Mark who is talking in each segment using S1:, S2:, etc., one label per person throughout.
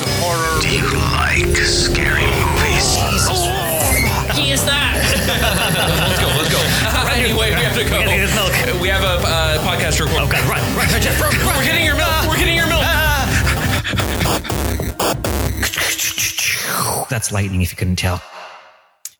S1: of horror.
S2: Do you like scary movies?
S1: He is that. let's go. Let's go. anyway, we have to go.
S3: gotta get his milk.
S1: We have a uh, podcast to record.
S3: Oh God, run, run, Jeff, run, run.
S1: We're getting your milk. We're getting your milk.
S3: That's lightning, if you couldn't tell.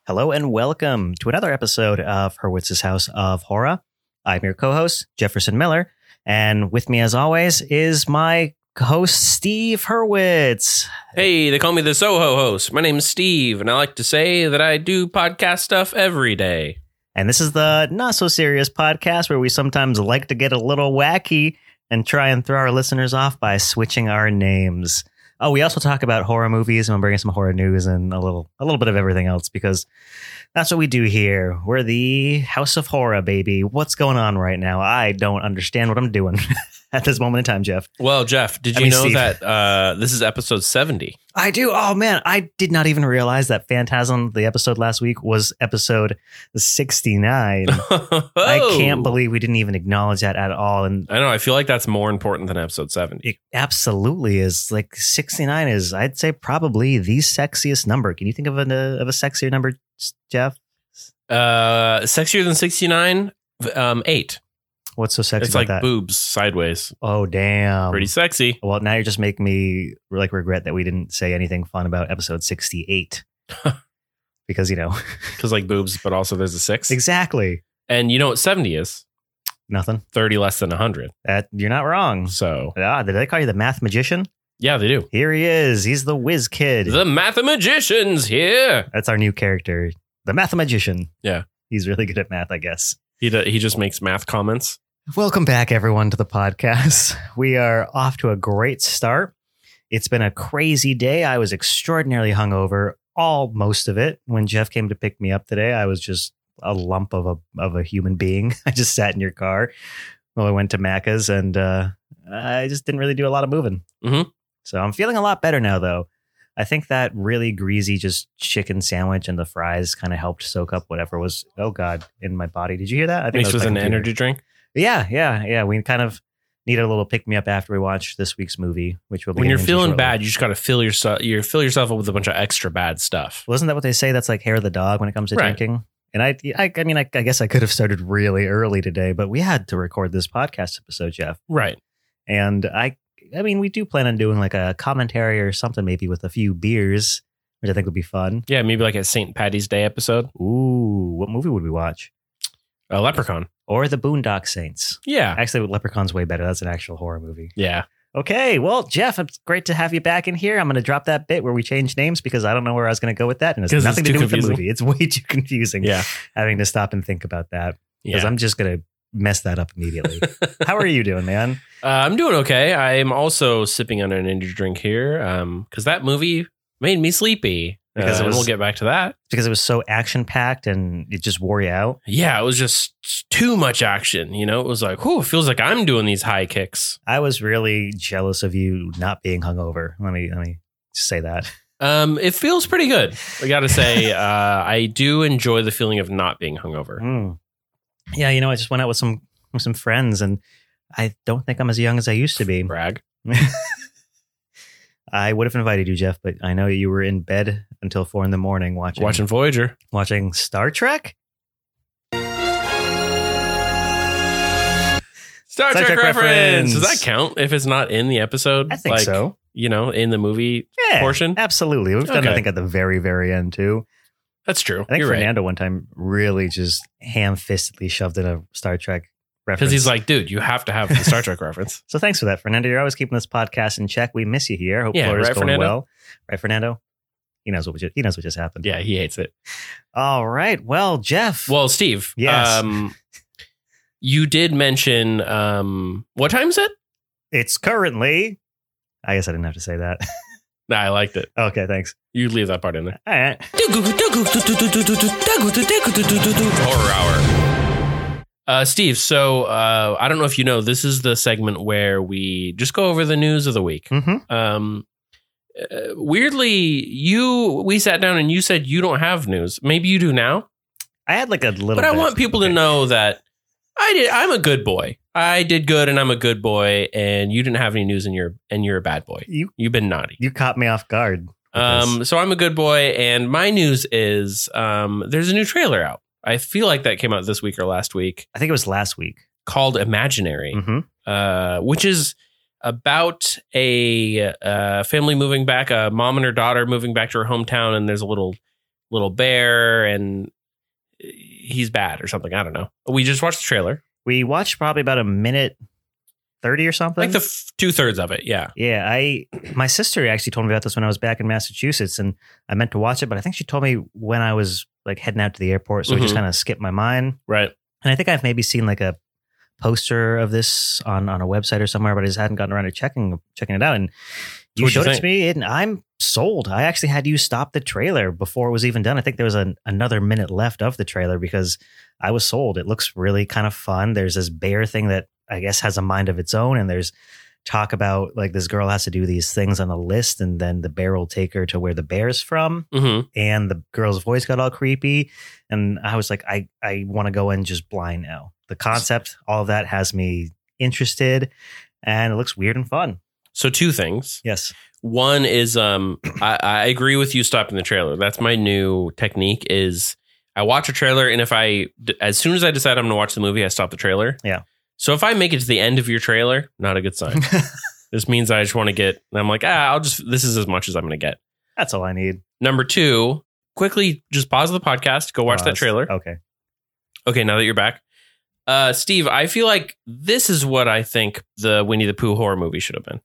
S3: Hello and welcome to another episode of Hurwitz's House of Horror. I'm your co-host Jefferson Miller, and with me, as always, is my host Steve Hurwitz.
S1: Hey, they call me the Soho host. My name's Steve, and I like to say that I do podcast stuff every day.
S3: And this is the not so serious podcast where we sometimes like to get a little wacky and try and throw our listeners off by switching our names. Oh, we also talk about horror movies and I'm bringing some horror news and a little a little bit of everything else because that's what we do here. We're the House of Horror, baby. What's going on right now? I don't understand what I'm doing at this moment in time, Jeff.
S1: Well, Jeff, did
S3: I
S1: you
S3: mean,
S1: know
S3: Steve.
S1: that uh, this is episode 70?
S3: I do. Oh man, I did not even realize that Phantasm, the episode last week, was episode 69.
S1: Oh.
S3: I can't believe we didn't even acknowledge that at all. And
S1: I know. I feel like that's more important than episode 70.
S3: It absolutely is. Like 69 is, I'd say, probably the sexiest number. Can you think of a, of a sexier number, Jeff?
S1: Uh, sexier than 69? Um, eight.
S3: What's so sexy
S1: it's
S3: about
S1: like
S3: that?
S1: boobs sideways.
S3: oh, damn.
S1: Pretty sexy.
S3: well, now you're just making me like regret that we didn't say anything fun about episode 68. because, you know,
S1: Because like boobs, but also there's a six.
S3: exactly.
S1: And you know what 70 is?
S3: Nothing.
S1: 30 less than 100.
S3: That You're not wrong.
S1: So,
S3: Ah, did I call you the math magician?
S1: yeah, they do.
S3: Here he is. He's the whiz kid.
S1: The mathemagician's here.
S3: That's our new character, the math magician.
S1: Yeah.
S3: He's really good at math, I guess.
S1: He, do, he just makes math comments.
S3: Welcome back, everyone, to the podcast. We are off to a great start. It's been a crazy day. I was extraordinarily hungover all most of it. When Jeff came to pick me up today, I was just a lump of a of a human being. I just sat in your car while I went to Macca's, and uh, I just didn't really do a lot of moving.
S1: Mhm.
S3: So I'm feeling a lot better now, though. I think that really greasy, just chicken sandwich and the fries kind of helped soak up whatever was oh god in my body. Did you hear that? I that
S1: Mixed
S3: was
S1: with
S3: my
S1: an
S3: computer.
S1: energy drink.
S3: Yeah, yeah, yeah. We kind of need a little pick me up after we watch this week's movie, which will be
S1: When you're
S3: getting into
S1: feeling
S3: shortly.
S1: bad, you just got to fill yourself, you fill yourself up with a bunch of extra bad stuff.
S3: Wasn't that what they say? That's like hair of the dog when it comes to
S1: Right.
S3: drinking. And I, I, I mean, I, I guess I could have started really early today, but we had to record this podcast episode, Jeff.
S1: Right.
S3: And I, I mean, we do plan on doing like a commentary or something, maybe with a few beers, which I think would be fun.
S1: Yeah, maybe like a St. Patty's Day episode.
S3: Ooh, what movie would we watch?
S1: A leprechaun.
S3: Or the Boondock Saints.
S1: Yeah.
S3: Actually, Leprechaun's way better. That's an actual horror movie.
S1: Yeah.
S3: Okay, well, Jeff, it's great to have you back in here. I'm going to drop that bit where we change names because I don't know where I was going to go with that, and it's
S1: 'Cause it's
S3: nothing to
S1: too
S3: do with the
S1: confusing.
S3: movie. It's way too confusing
S1: Yeah.
S3: having to stop and think about that because
S1: Yeah.
S3: I'm just going to mess that up immediately. How are you doing, man?
S1: Uh, I'm doing okay. I'm also sipping on an energy drink here because that movie made me sleepy.
S3: Because
S1: Because
S3: it was-
S1: we'll get back to that.
S3: Because it was so action packed and it just wore you out.
S1: Yeah, it was just too much action. You know, it was like, whew, it feels like I'm doing these high kicks.
S3: I was really jealous of you not being hungover. Let me let me just say that.
S1: Um, it feels pretty good. I got to say, uh, I do enjoy the feeling of not being hungover.
S3: Mm. Yeah, you know, I just went out with some with some friends, and I don't think I'm as young as I used to be.
S1: Brag.
S3: I would have invited you, Jeff, but I know you were in bed until four in the morning watching
S1: Watching Voyager.
S3: watching Star Trek.
S1: Star,
S3: Star
S1: Trek,
S3: Trek
S1: reference. Does that
S3: reference.
S1: count if it's not in the episode?
S3: I think
S1: Like,
S3: so.
S1: You know, in the movie
S3: Yeah,
S1: portion.
S3: absolutely. We've done I
S1: Okay.
S3: think at the very very end too.
S1: That's true.
S3: I think
S1: You're right.
S3: Fernando one time really just ham fistedly shoved in a Star Trek reference
S1: Because he's like, dude, you have to have the Star Trek reference.
S3: So thanks for that, Fernando. You're always keeping this podcast in check. We miss you here. Hope
S1: Yeah,
S3: Florida's
S1: right,
S3: going
S1: Fernando?
S3: well. Right, Fernando. He knows what we just, he knows what just happened.
S1: Yeah, he hates it.
S3: All right. Well, Jeff.
S1: Well, Steve,
S3: Yes.
S1: um, you did mention um, what time is it?
S3: it's currently. I guess I didn't have to say that.
S1: Nah, I liked it.
S3: okay. Thanks.
S1: You leave that part in there.
S3: All right.
S1: Horror hour. Uh, Steve, so uh, I don't know if you know, this is the segment where we just go over the news of the week.
S3: Mm-hmm.
S1: Um, uh, weirdly, you we sat down and you said you don't have news. Maybe you do now,
S3: I had like a little.
S1: but I
S3: bit.
S1: want people to know that I did. I'm a good boy. I did good and I'm a good boy and you didn't have any news and you're and you're a bad boy.
S3: You
S1: You've been naughty.
S3: you caught me off guard. with this.
S1: Um so I'm a good boy and my news is um there's a new trailer out. I feel like that came out this week or last week
S3: I think it was last week.
S1: called Imaginary.
S3: hmm
S1: uh, which is about a uh, family moving back, a mom and her daughter moving back to her hometown, and there's a little little bear, and he's bad or something. I don't know. We just watched the trailer,
S3: We watched probably about a minute thirty or something.
S1: like the f- two thirds of it. Yeah,
S3: Yeah, I my sister actually told me about this when I was back in Massachusetts, and I meant to watch it, but I think she told me when I was like heading out to the airport, so it just
S1: Mhm.
S3: kind of skipped my mind.
S1: right.
S3: And I think I've maybe seen like a poster of this on on a website or somewhere, but I just hadn't gotten around to checking checking it out. And you
S1: What'd you
S3: showed it
S1: think?
S3: to me, and I'm sold. I actually had you stop the trailer before it was even done. I think there was an, another minute left of the trailer because I was sold. It looks really kind of fun. There's this bear thing that I guess has a mind of its own, and there's talk about like this girl has to do these things on a list, and then the bear will take her to where the bear's from
S1: hmm
S3: and the girl's voice got all creepy and i was like i i want to go in just blind now the concept all of that has me interested and it looks weird and fun
S1: So two things.
S3: yes
S1: One is um, I, I agree with you stopping the trailer. That's my new technique. Is I watch a trailer and if I d- as soon as I decide I'm going to watch the movie, I stop the trailer.
S3: Yeah.
S1: So if I make it to the end of your trailer, not a good sign. This means I just want to get, and I'm like, ah, I'll just, this is as much as I'm going to get.
S3: that's all i need
S1: Number two, quickly just pause the podcast, go watch that
S3: Pause. Oh.
S1: trailer.
S3: Uh, okay
S1: Okay, now that you're back. Uh, Steve, I feel like this is what I think the Winnie the Pooh horror movie should have been.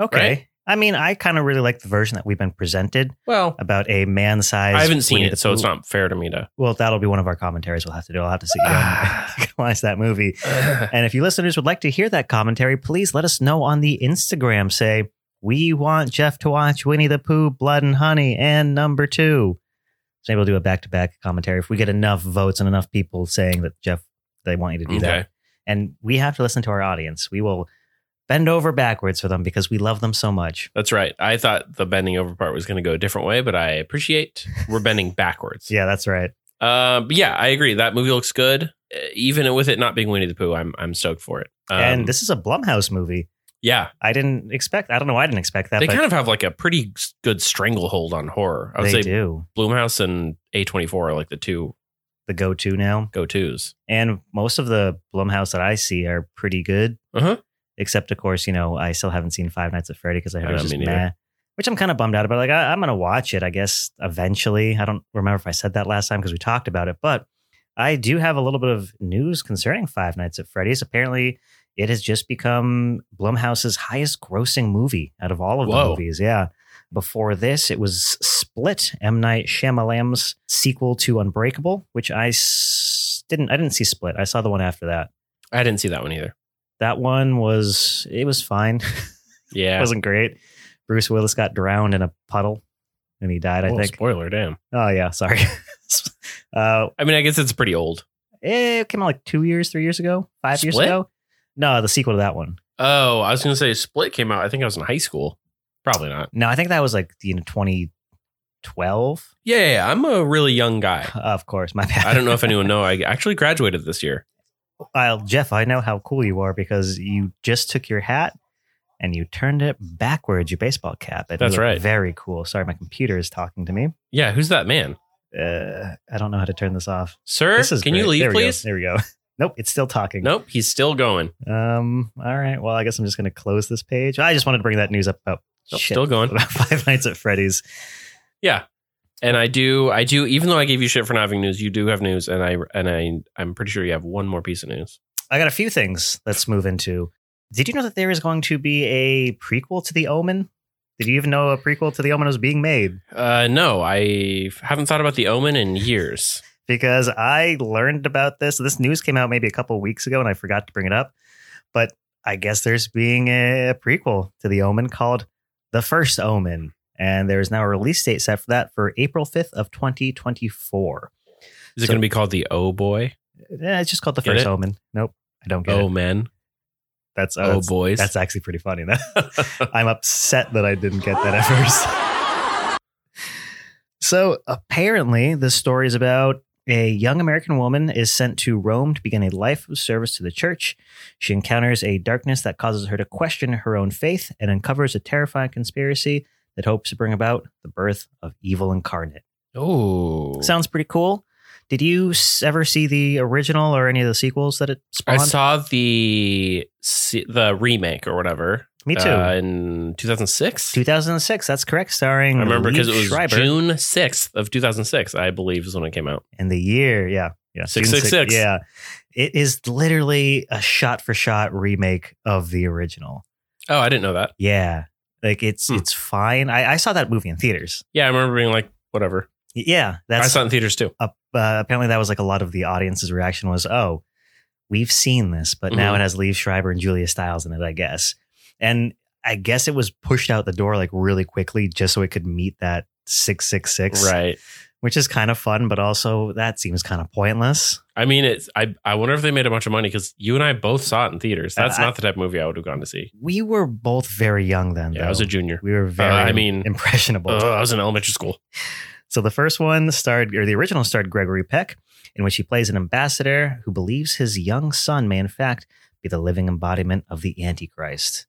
S3: okay i mean i kind of really like the version that we've been presented
S1: Well,
S3: about a man-sized
S1: I haven't seen
S3: Winnie the
S1: it, so it's
S3: Pooh.
S1: not fair to me to.
S3: well that'll be one of our commentaries we'll have to do i'll have to sit down and
S1: Ah.
S3: watch that movie And if you listeners would like to hear that commentary, please let us know on the Instagram. Say, we want Jeff to watch Winnie the Pooh, Blood and Honey, and number two. So maybe we'll do a back to back commentary if we get enough votes and enough people saying that Jeff, they want you to do
S1: okay.
S3: that. And we have to listen to our audience. We will bend over backwards for them because we love them so much.
S1: That's right. I thought the bending over part was going to go a different way, but I appreciate we're bending backwards.
S3: Yeah, that's right.
S1: Uh, but yeah, I agree. That movie looks good. Uh, Even with it not being Winnie the Pooh, I'm I'm stoked for it. Um,
S3: and this is a Blumhouse movie.
S1: yeah,
S3: I didn't expect, I don't know why I didn't expect that,
S1: they
S3: but
S1: kind of have like a pretty s- good stranglehold on horror. I would
S3: they
S1: say
S3: do.
S1: Bloomhouse and A24 are like the two
S3: The go to now.
S1: go tos.
S3: and most of the Blumhouse that I see are pretty good.
S1: Uh-huh.
S3: Except, of course, you know, I still haven't seen Five Nights at Freddy because I heard
S1: I
S3: it was
S1: don't
S3: just
S1: mean either.
S3: meh, which I'm kind of bummed out about. Like, I, I'm going to watch it, I guess, eventually. I don't remember if I said that last time because we talked about it, but I do have a little bit of news concerning Five Nights at Freddy's. Apparently, it has just become Blumhouse's highest grossing movie out of all of
S1: Whoa.
S3: the movies. Yeah. Before this, it was Split, M Night Shyamalan's sequel to Unbreakable, which I s- didn't. I didn't see Split. I saw the one after that.
S1: I didn't see that one either.
S3: That one was it was fine. it
S1: Yeah.
S3: wasn't great. Bruce Willis got drowned in a puddle, and he died. I
S1: Whoa,
S3: think.
S1: Spoiler, damn.
S3: Oh yeah, sorry. uh,
S1: I mean, I guess it's pretty old.
S3: it came out like two years, three years ago, five years
S1: Split?
S3: ago. No, the sequel to that one.
S1: Oh, I was going to say Split came out. I think I was in high school. Probably not.
S3: No, I think that was like you know twenty twelve.
S1: Yeah, yeah, yeah, I'm a really young guy.
S3: Of course, my bad.
S1: I don't know if anyone know. I actually graduated this year.
S3: Well, Jeff, I know how cool you are because you just took your hat and you turned it backwards, your baseball cap. It
S1: That's
S3: looked
S1: right.
S3: Very cool. Sorry, my computer is talking to me.
S1: Yeah, who's that man?
S3: Uh, I don't know how to turn this off.
S1: Sir,
S3: This is
S1: can you
S3: great.
S1: leave,
S3: There we go.
S1: please?
S3: There we go. Nope, it's still talking.
S1: Nope, he's still going.
S3: Um. All right. Well, I guess I'm just going to close this page. I just wanted to bring that news up about
S1: Nope,
S3: Oh, shit,
S1: still going.
S3: about Five Nights at Freddy's.
S1: And I do, I do. Even though I gave you shit for not having news, you do have news, and I and I, I'm pretty sure you have one more piece of news.
S3: I got a few things. Let's move into. Did you know that there is going to be a prequel to The Omen? Did you even know a prequel to The Omen was being made?
S1: Uh, no, I haven't thought about the Omen in years.
S3: because I learned about this. This news came out maybe a couple weeks ago, and I forgot to bring it up. But I guess there's being a prequel to The Omen called The First Omen, and there is now a release date set for that for April 5th of 2024.
S1: Is it
S3: So-
S1: going to be called the O Boy?
S3: Eh, it's just called The
S1: Get
S3: First
S1: it? Oh,
S3: Omen. Nope, I don't get
S1: O
S3: it.
S1: Men?
S3: That's oh,
S1: O
S3: that's,
S1: Boys?
S3: that's actually pretty funny. I'm upset that I didn't get that at first. So apparently, this story is about A young American woman is sent to Rome to begin a life of service to the church. She encounters a darkness that causes her to question her own faith and uncovers a terrifying conspiracy that hopes to bring about the birth of evil incarnate.
S1: Oh,
S3: Sounds pretty cool. Did you s- ever see the original or any of the sequels that it
S1: I
S3: spawned?
S1: saw the se- the remake or whatever.
S3: Me too.
S1: uh, in 2006.
S3: 2006, that's correct, starring
S1: I remember
S3: Lee
S1: because it was
S3: Schreiber
S1: June 6th of 2006, I believe, is when it came out.
S3: and the year, yeah. Yeah,
S1: Six,
S3: June six-
S1: six, six.
S3: Yeah, it is literally a shot-for-shot remake of the original.
S1: Oh, I didn't know that.
S3: Yeah. Like it's
S1: Hmm.
S3: it's fine. I, I saw that movie in theaters.
S1: Yeah, I remember being like, whatever.
S3: Y- Yeah,
S1: I
S3: that's
S1: saw it in theaters too.
S3: uh, uh, apparently that was like a lot of the audience's reaction was, "Oh, we've seen this, but now
S1: Mhm.
S3: it has Lee Schreiber and Julia Stiles in it, I guess." And I guess it was pushed out the door like really quickly just so it could meet that 666,
S1: Right.
S3: which is kind of fun, but also that seems kind of pointless.
S1: I mean, it's. I I wonder if they made a bunch of money because you and I both saw it in theaters. That's
S3: Uh, I-
S1: not the type of movie I would have gone to see.
S3: We were both very young then,
S1: Yeah,
S3: though.
S1: I was a junior.
S3: we were very
S1: I mean, uh,
S3: impressionable.
S1: Ugh, I was in elementary school.
S3: So the first one starred, or the original starred Gregory Peck, in which he plays an ambassador who believes his young son may, in fact, be the living embodiment of the Antichrist.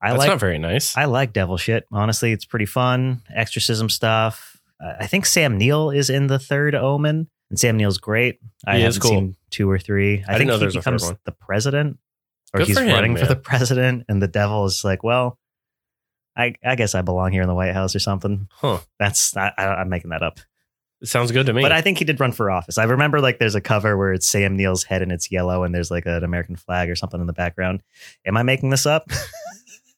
S3: I
S1: That's
S3: like
S1: not very nice.
S3: I like devil shit. Honestly, it's pretty fun. Exorcism stuff. Uh, I think Sam Neill is in the third Omen, and Sam Neill's great. I
S1: He is
S3: haven't
S1: cool.
S3: seen two or three. I,
S1: didn't
S3: think
S1: know
S3: he
S1: there was a third
S3: becomes
S1: one.
S3: the president, or
S1: Good
S3: he's
S1: for him,
S3: running for
S1: man.
S3: the president, and the devil is like, well. I, I guess I belong here in the White House or something.
S1: huh?
S3: That's I, I, I'm making that up.
S1: It sounds good to me.
S3: But I think he did run for office. I remember like there's a cover where it's Sam Neill's head and it's yellow and there's like an American flag or something in the background. Am I making this up?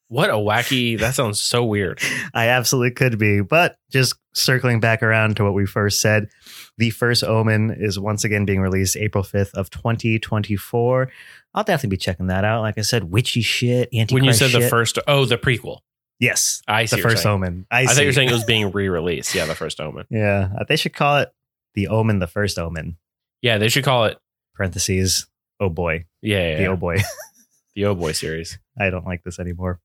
S1: what a wacky. That sounds so weird.
S3: I absolutely could be. But just circling back around to what we first said, the first Omen is once again being released April 5th of 2024. I'll definitely be checking that out. Like I said, witchy shit, anti
S1: when you said the first, oh, the prequel.
S3: yes,
S1: I
S3: the
S1: see. what you're
S3: first
S1: saying.
S3: Omen. I,
S1: I, thought you were
S3: see.
S1: saying it was being re-released. Yeah, the first Omen.
S3: yeah, they should call it the Omen, the first Omen.
S1: Yeah, they should call it.
S3: Parentheses. Oh boy,
S1: Yeah, yeah, yeah,
S3: the oh boy.
S1: the Oh Boy series.
S3: I don't like this anymore.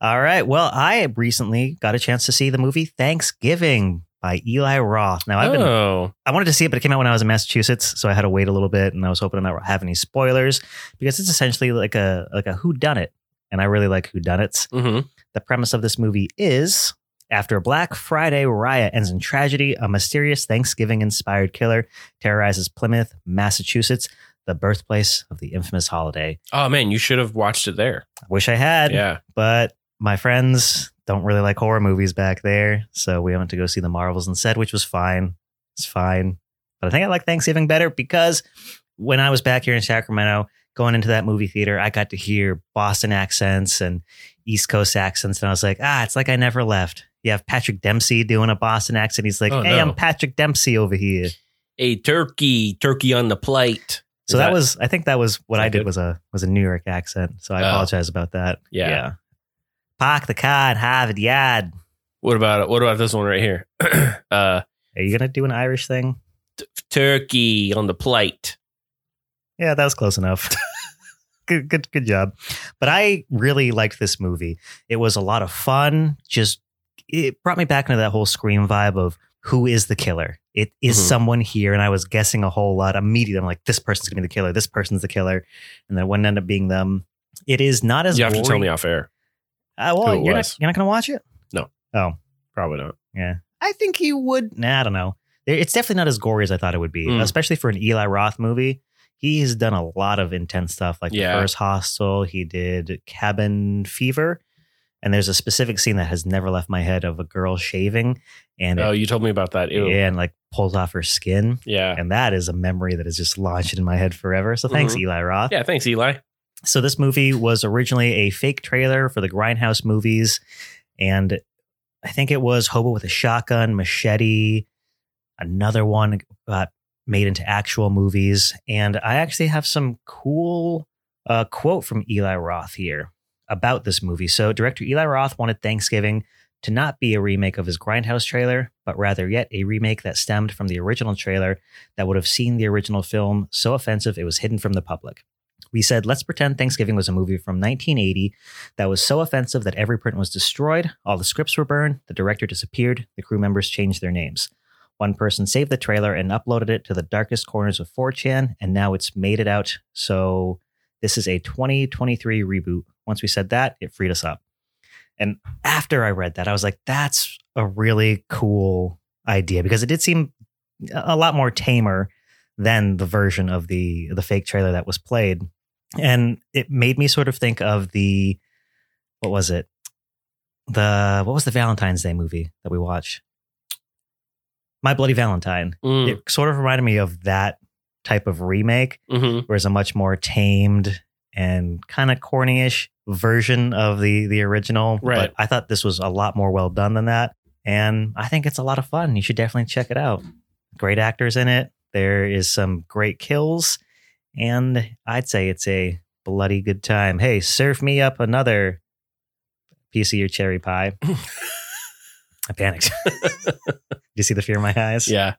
S3: All right. Well, I recently got a chance to see the movie Thanksgiving by Eli Roth. Now, I've been,
S1: oh,
S3: I wanted to see it, but it came out when I was in Massachusetts, so I had to wait a little bit, and I was hoping I not have any spoilers because it's essentially like a like a who done it, and I really like who done it.
S1: mhm.
S3: The premise of this movie is after a Black Friday riot ends in tragedy, a mysterious Thanksgiving inspired killer terrorizes Plymouth, Massachusetts, the birthplace of the infamous holiday.
S1: oh man, you should have watched it there.
S3: I wish I had
S1: Yeah,
S3: but my friends don't really like horror movies back there, so we went to go see the Marvels instead, which was fine. It's fine, but I think I like Thanksgiving better because when I was back here in Sacramento, going into that movie theater, I got to hear Boston accents and East Coast accents, and I was like, ah, it's like I never left. You have Patrick Dempsey doing a Boston accent. He's like,
S1: Oh,
S3: hey,
S1: no.
S3: I'm Patrick Dempsey over here.
S1: a turkey, turkey on the plate.
S3: So
S1: Is
S3: that, was, I think that was what
S1: that
S3: I did
S1: good?
S3: was a was a New York accent. So I
S1: Oh.
S3: apologize about that.
S1: Yeah.
S3: Park the car and have it yard.
S1: What about what about this one right here? uh,
S3: Are you gonna do an Irish thing?
S1: turkey on the plate.
S3: Yeah, that was close enough. good, good, good job. But I really liked this movie. It was a lot of fun. Just it brought me back into that whole scream vibe of who is the killer. It is
S1: Mhm.
S3: someone here, and I was guessing a whole lot immediately. I'm like, this person's gonna be the killer. This person's the killer, and then it wouldn't end up being them. It is not as
S1: You have to tell
S3: gory-
S1: me off air.
S3: Uh,
S1: who
S3: well,
S1: it
S3: you're not,
S1: was.
S3: you're not gonna watch it.
S1: Probably not.
S3: I think you would. Nah, I don't know. It's definitely not as gory as I thought it would be,
S1: Mm.
S3: especially for an Eli Roth movie. He has done a lot of intense stuff, like
S1: Yeah.
S3: the first Hostel. He did Cabin Fever, and there's a specific scene that has never left my head of a girl shaving, and
S1: Oh,
S3: it,
S1: you told me about that. Ew. Yeah.
S3: and like pulls off her skin,
S1: Yeah.
S3: and that is a memory that is just launched in my head forever. So thanks,
S1: Mhm.
S3: Eli Roth.
S1: Thanks, Eli.
S3: So this movie was originally a fake trailer for the Grindhouse movies, and I think it was Hobo with a Shotgun, Machete, another one got made into actual movies. And I actually have some cool uh, quote from Eli Roth here about this movie. So director Eli Roth wanted Thanksgiving to not be a remake of his Grindhouse trailer, but rather yet a remake that stemmed from the original trailer that would have seen the original film so offensive it was hidden from the public. We said, let's pretend Thanksgiving was a movie from 1980 that was so offensive that every print was destroyed, all the scripts were burned, the director disappeared, the crew members changed their names. One person saved the trailer and uploaded it to the darkest corners of 4chan, and now it's made it out. So this is a 2023 reboot. Once we said that, it freed us up. And after I read that, I was like, that's a really cool idea because it did seem a lot more tamer than the version of the the fake trailer that was played. And it made me sort of think of the what was it? The what was the Valentine's Day movie that we watched? My Bloody Valentine.
S1: Mm,
S3: It sort of reminded me of that type of remake
S1: mhm.
S3: whereas a much more tamed and kind of cornyish version of the the original.
S1: Right.
S3: But I thought this was a lot more well done than that, and I think it's a lot of fun. You should definitely check it out. Great actors in it. There is some great kills, and I'd say it's a bloody good time. Hey, serve me up another piece of your cherry pie. I panicked. Do you see the fear in my eyes?
S1: Yeah.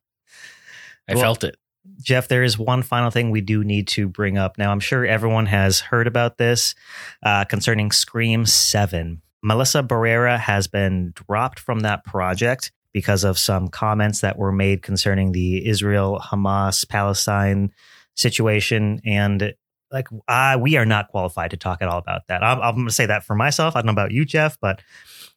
S1: I
S3: Well-
S1: felt it.
S3: Jeff, there is one final thing we do need to bring up. Now, I'm sure everyone has heard about this uh, concerning Scream 7. Melissa Barrera has been dropped from that project because of some comments that were made concerning the Israel Hamas Palestine situation. And like, I, we are not qualified to talk at all about that. I'm, I'm going to say that for myself. I don't know about you, Jeff, but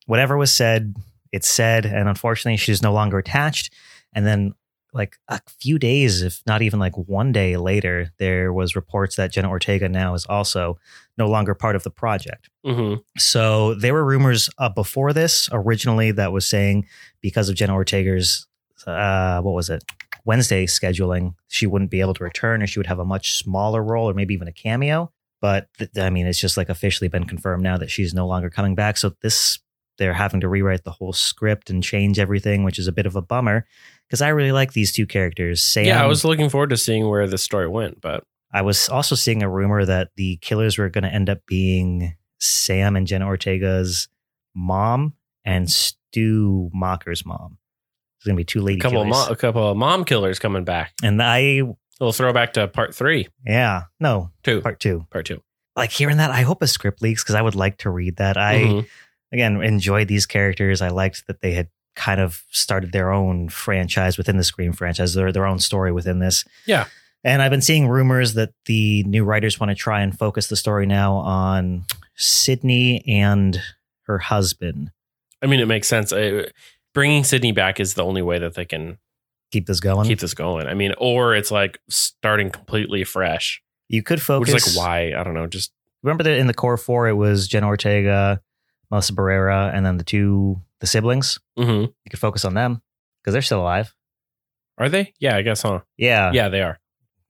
S3: whatever was said, it's said. And unfortunately, she's no longer attached. And then like a few days, if not even like one day later, there was reports that Jenna Ortega now is also no longer part of the project.
S1: hmm
S3: So there were rumors uh, before this originally that was saying because of Jenna Ortega's uh, what was it Wednesday scheduling, she wouldn't be able to return, or she would have a much smaller role, or maybe even a cameo. But th- I mean, it's just like officially been confirmed now that she's no longer coming back. So this they're having to rewrite the whole script and change everything, which is a bit of a bummer because I really like these two characters. Sam,
S1: Yeah, I was looking forward to seeing where the story went, but
S3: I was also seeing a rumor that the killers were going to end up being Sam and Jenna Ortega's mom and Stu Mocker's mom. It's going to be two
S1: a
S3: lady
S1: couple of
S3: killers.
S1: mo- a couple of mom killers coming back.
S3: and I,
S1: A little throwback to part three,
S3: yeah, no,
S1: two, part,
S3: part two.
S1: two.
S3: Like hearing that, I hope a script leaks because I would like to read that. I
S1: Mhm.
S3: again enjoyed these characters. I liked that they had kind of started their own franchise within the Scream franchise, their their own story within this.
S1: Yeah.
S3: And I've been seeing rumors that the new writers want to try and focus the story now on Sydney and her husband.
S1: I mean, it makes sense. I, bringing Sydney back is the only way that they can
S3: Keep this going.
S1: keep this going. I mean, or it's like starting completely fresh,
S3: you could focus.
S1: which is like why I don't know. Just
S3: Remember that in the core four, it was Jenna Ortega, Melissa Barrera, and then the two the siblings.
S1: mhm.
S3: You could focus on them because they're still alive.
S1: are they? Yeah, I guess. Huh?
S3: Yeah.
S1: yeah, they are.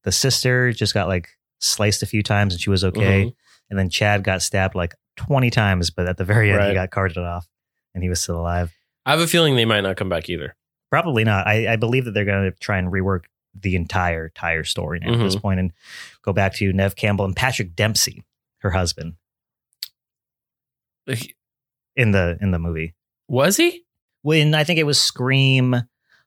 S3: the sister just got like sliced a few times and she was okay.
S1: Mm-hmm.
S3: And then Chad got stabbed like 20 times, but at the very end,
S1: Right.
S3: he got carted off and he was still alive.
S1: I have a feeling they might not come back either.
S3: Probably not. I, I believe that they're going to try and rework the entire entire story now at this
S1: Mhm.
S3: point and go back to Nev Campbell and Patrick Dempsey, her husband, in the in the movie.
S1: Was he?
S3: When I think it was Scream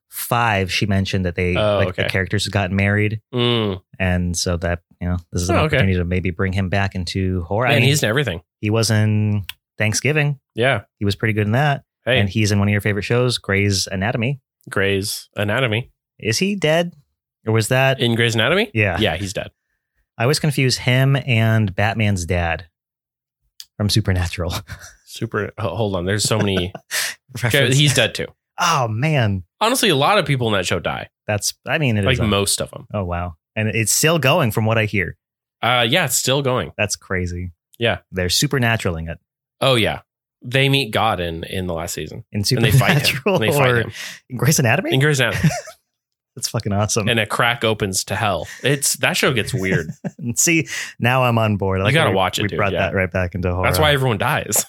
S3: Five, she mentioned that they
S1: Oh,
S3: like
S1: okay.
S3: the characters had gotten married,
S1: Mm.
S3: and so that you know this is an
S1: Oh, okay.
S3: opportunity to maybe bring him back into horror. I
S1: and
S3: mean,
S1: he's in everything.
S3: He was in Thanksgiving.
S1: Yeah.
S3: He was pretty good in that.
S1: Hey,
S3: And he's in one of your favorite shows, Grey's Anatomy.
S1: Grey's Anatomy.
S3: Is he dead? Or was that?
S1: In Grey's Anatomy?
S3: yeah.
S1: Yeah, he's dead.
S3: I always confuse him and Batman's dad from Supernatural.
S1: Super. ho- Hold on. There's so many. Okay,
S3: Reference.
S1: he's dead too.
S3: oh, man.
S1: Honestly, a lot of people in that show die.
S3: That's, I mean, it is.
S1: like
S3: a-
S1: most of them.
S3: oh, wow. And it's still going from what I hear.
S1: Uh, yeah, it's still going.
S3: That's crazy.
S1: Yeah.
S3: They're supernaturaling it.
S1: Oh yeah, they meet God in in the last season,
S3: In
S1: and they fight him.
S3: Supernatural
S1: And they fight
S3: or
S1: him
S3: in Grey's Anatomy?
S1: in Grey's Anatomy,
S3: That's fucking awesome.
S1: and a crack opens to hell. It's that show gets weird.
S3: See, now I'm on board. I
S1: You
S3: like how
S1: gotta
S3: we-
S1: watch it,
S3: We
S1: dude,
S3: brought
S1: yeah.
S3: that right back into horror.
S1: That's why everyone dies.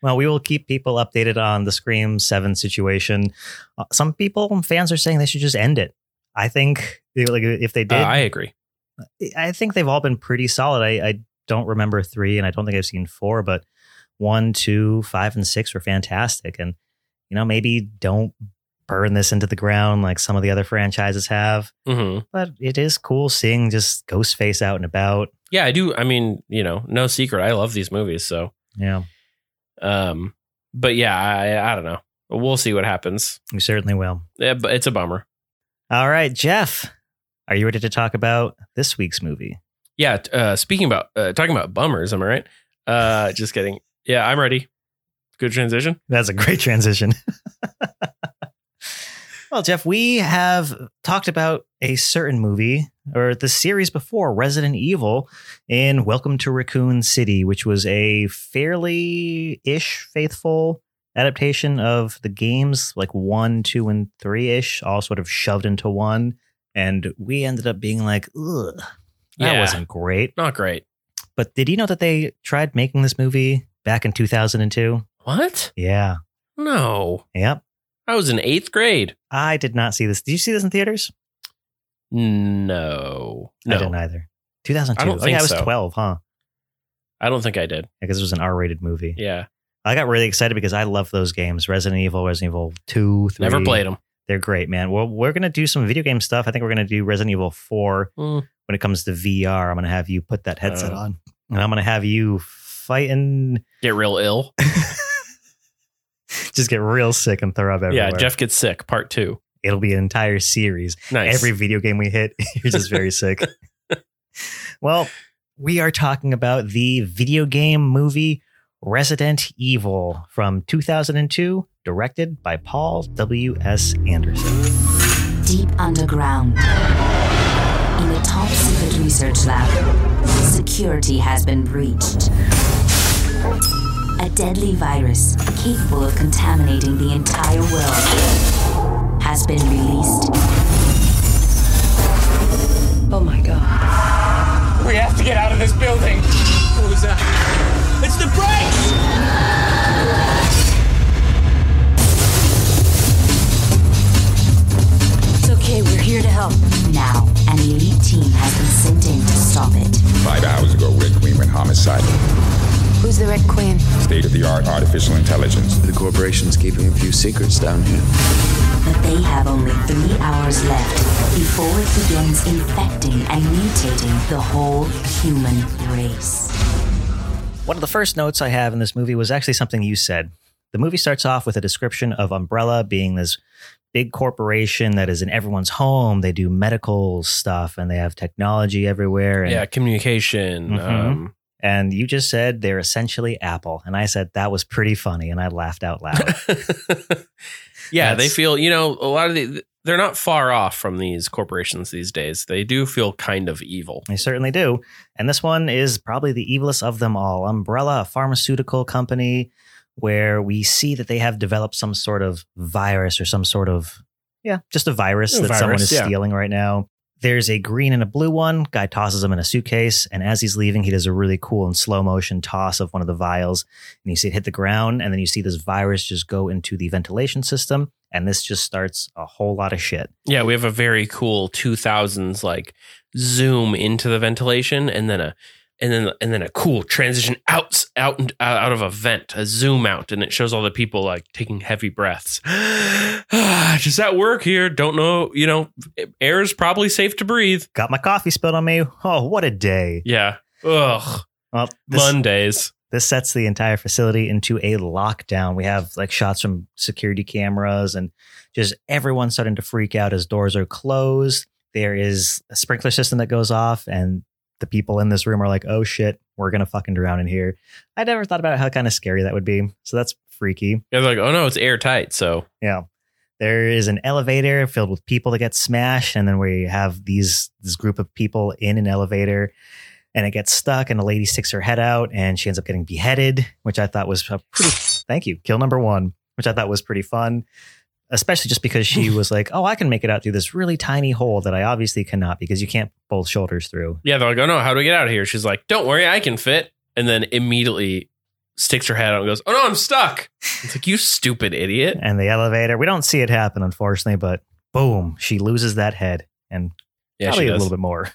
S3: Well, we will keep people updated on the Scream 7 situation. Uh, some people, fans, are saying they should just end it. I think like, if they
S1: Uh,
S3: did,
S1: I
S3: I,
S1: agree.
S3: think they've all been pretty solid. I, I don't remember three, and I don't think I've seen four, but one, two, five, and six were fantastic. And, you know, maybe don't burn this into the ground like some of the other franchises have.
S1: hmm
S3: But it is cool seeing just Ghostface out and about.
S1: Yeah, I do. I mean, you know, no secret. I love these movies. So,
S3: Yeah,
S1: um, but yeah, I I don't know. We'll see what happens.
S3: we certainly will.
S1: Yeah, but it's a bummer.
S3: All right, Jeff, are you ready to talk about this week's movie?
S1: Yeah. t- Uh, speaking about uh, talking about bummers, am I right? Uh, just kidding. Yeah, I'm ready. Good transition.
S3: That's a great transition. well, Jeff, we have talked about a certain movie or the series before, Resident Evil, in Welcome to Raccoon City, which was a fairly ish faithful adaptation of the games, like one, two, and three ish, all sort of shoved into one. And we ended up being like, ugh, that
S1: Yeah.
S3: wasn't great.
S1: Not great.
S3: But did you know that they tried making this movie back in 2002?
S1: What?
S3: Yeah.
S1: No.
S3: Yep.
S1: I was in eighth grade.
S3: I did not see this. Did you see this in theaters?
S1: No. No.
S3: I didn't either. 2002.
S1: I don't
S3: Oh, yeah,
S1: think
S3: I was
S1: so.
S3: 12, huh?
S1: I don't think I did.
S3: Because it was an R-rated movie.
S1: Yeah.
S3: I got really excited because I love those games: Resident Evil, Resident Evil Two, Three.
S1: Never played them.
S3: They're great, man. Well, we're gonna do some video game stuff. I think we're gonna do Resident Evil Four
S1: Mm.
S3: when it comes to VR. I'm gonna have you put that headset
S1: Oh.
S3: on, and I'm gonna have you fighting.
S1: Get real ill.
S3: Just get real sick and throw up everywhere.
S1: Yeah. Jeff gets sick. Part two.
S3: It'll be an entire series.
S1: Nice.
S3: every video game we hit, you're just very sick. Well, we are talking about the video game movie Resident Evil from 2002, directed by Paul W.S. Anderson.
S4: Deep underground. In a top secret research lab, security has been breached. A deadly virus capable of contaminating the entire world has been released. Oh my god.
S5: We have to get out of this building. What was that? It's the brakes!
S4: It's okay, we're here to help. Now, an elite team has been sent in to stop it.
S6: Five hours ago, Red Queen went homicidal.
S4: Who's the Red Queen?
S6: State of the art artificial intelligence.
S7: The corporation's keeping a few secrets down here.
S4: But they have only three hours left before it begins infecting and mutating the whole human race.
S3: One of the first notes I have in this movie was actually something you said. The movie starts off with a description of Umbrella being this big corporation that is in everyone's home. They do medical stuff and they have technology everywhere. And
S1: yeah. Communication.
S3: Mhm.
S1: Um,
S3: And you just said they're essentially Apple. And I said that was pretty funny. And I laughed out loud.
S1: yeah. They
S3: That's-
S1: feel, you know, a lot of the, they're not far off from these corporations these days. They do feel kind of evil.
S3: they certainly do. And this one is probably the evilest of them all Umbrella, a pharmaceutical company where we see that they have developed some sort of virus or some sort of, yeah, just a virus
S1: A
S3: that someone
S1: virus,
S3: is
S1: yeah.
S3: stealing right now. There's a green and a blue one. Guy tosses them in a suitcase. And as he's leaving, he does a really cool and slow motion toss of one of the vials. and you see it hit the ground, and then you see this virus just go into the ventilation system, and this just starts a whole lot of shit.
S1: Yeah, we have a very cool 2000s like zoom into the ventilation and then a and then and then a cool transition out out and uh, out of a vent, a zoom out and it shows all the people like taking heavy breaths. Does that work here? Don't know, you know, air is probably safe to breathe.
S3: Got my coffee spilled on me. Oh, what a day!
S1: Yeah. Ugh.
S3: Well, this,
S1: Mondays.
S3: this sets the entire facility into a lockdown. We have like shots from security cameras and just everyone starting to freak out as doors are closed. There is a sprinkler system that goes off, and the people in this room are like, oh shit, we're gonna fucking drown in here. I never thought about how kind of scary that would be. So that's freaky.
S1: Yeah, they're like, oh no, it's airtight, so
S3: Yeah. There is an elevator filled with people that get smashed, and then we have these this group of people in an elevator, and it gets stuck, and a lady sticks her head out, and she ends up getting beheaded, which I thought was a pretty. thank you, kill number one, which I thought was pretty fun, especially just because she was like, "Oh, I can make it out through this really tiny hole that I obviously cannot because you can't both shoulders through."
S1: yeah, they're like, oh no, how do we get out of here? She's like, don't worry, I can fit. And then immediately sticks her head out and goes, oh no, I'm stuck. It's like, you stupid idiot.
S3: And the elevator, we don't see it happen, unfortunately, but boom, she loses that head, and
S1: Yeah,
S3: probably
S1: she
S3: a
S1: does.
S3: little bit more.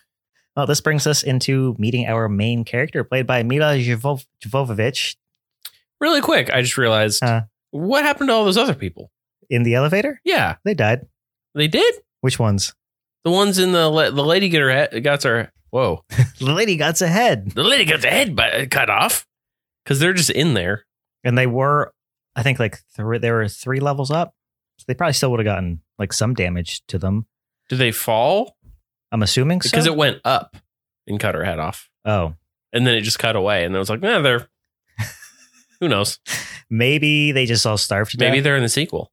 S3: Well, this brings us into meeting our main character, played by Mila Jovo- Jovovich,
S1: Really quick, I just realized
S3: Huh.
S1: what happened to all those other people?
S3: in the elevator.
S1: Yeah,
S3: They died.
S1: they did.
S3: Which ones?
S1: The ones in the la- the lady get her head got her whoa
S3: The lady got a head,
S1: the lady got the head bu- cut off because they're just in there.
S3: and they were, I think, like three. There were three levels up. So they probably still would have gotten like some damage to them.
S1: Do they fall?
S3: I'm assuming so.
S1: Because it went up and cut her head off.
S3: oh,
S1: And then it just cut away. And I was like, nah, they're. Who knows?
S3: maybe they just all starved to
S1: Maybe
S3: death.
S1: they're in the sequel.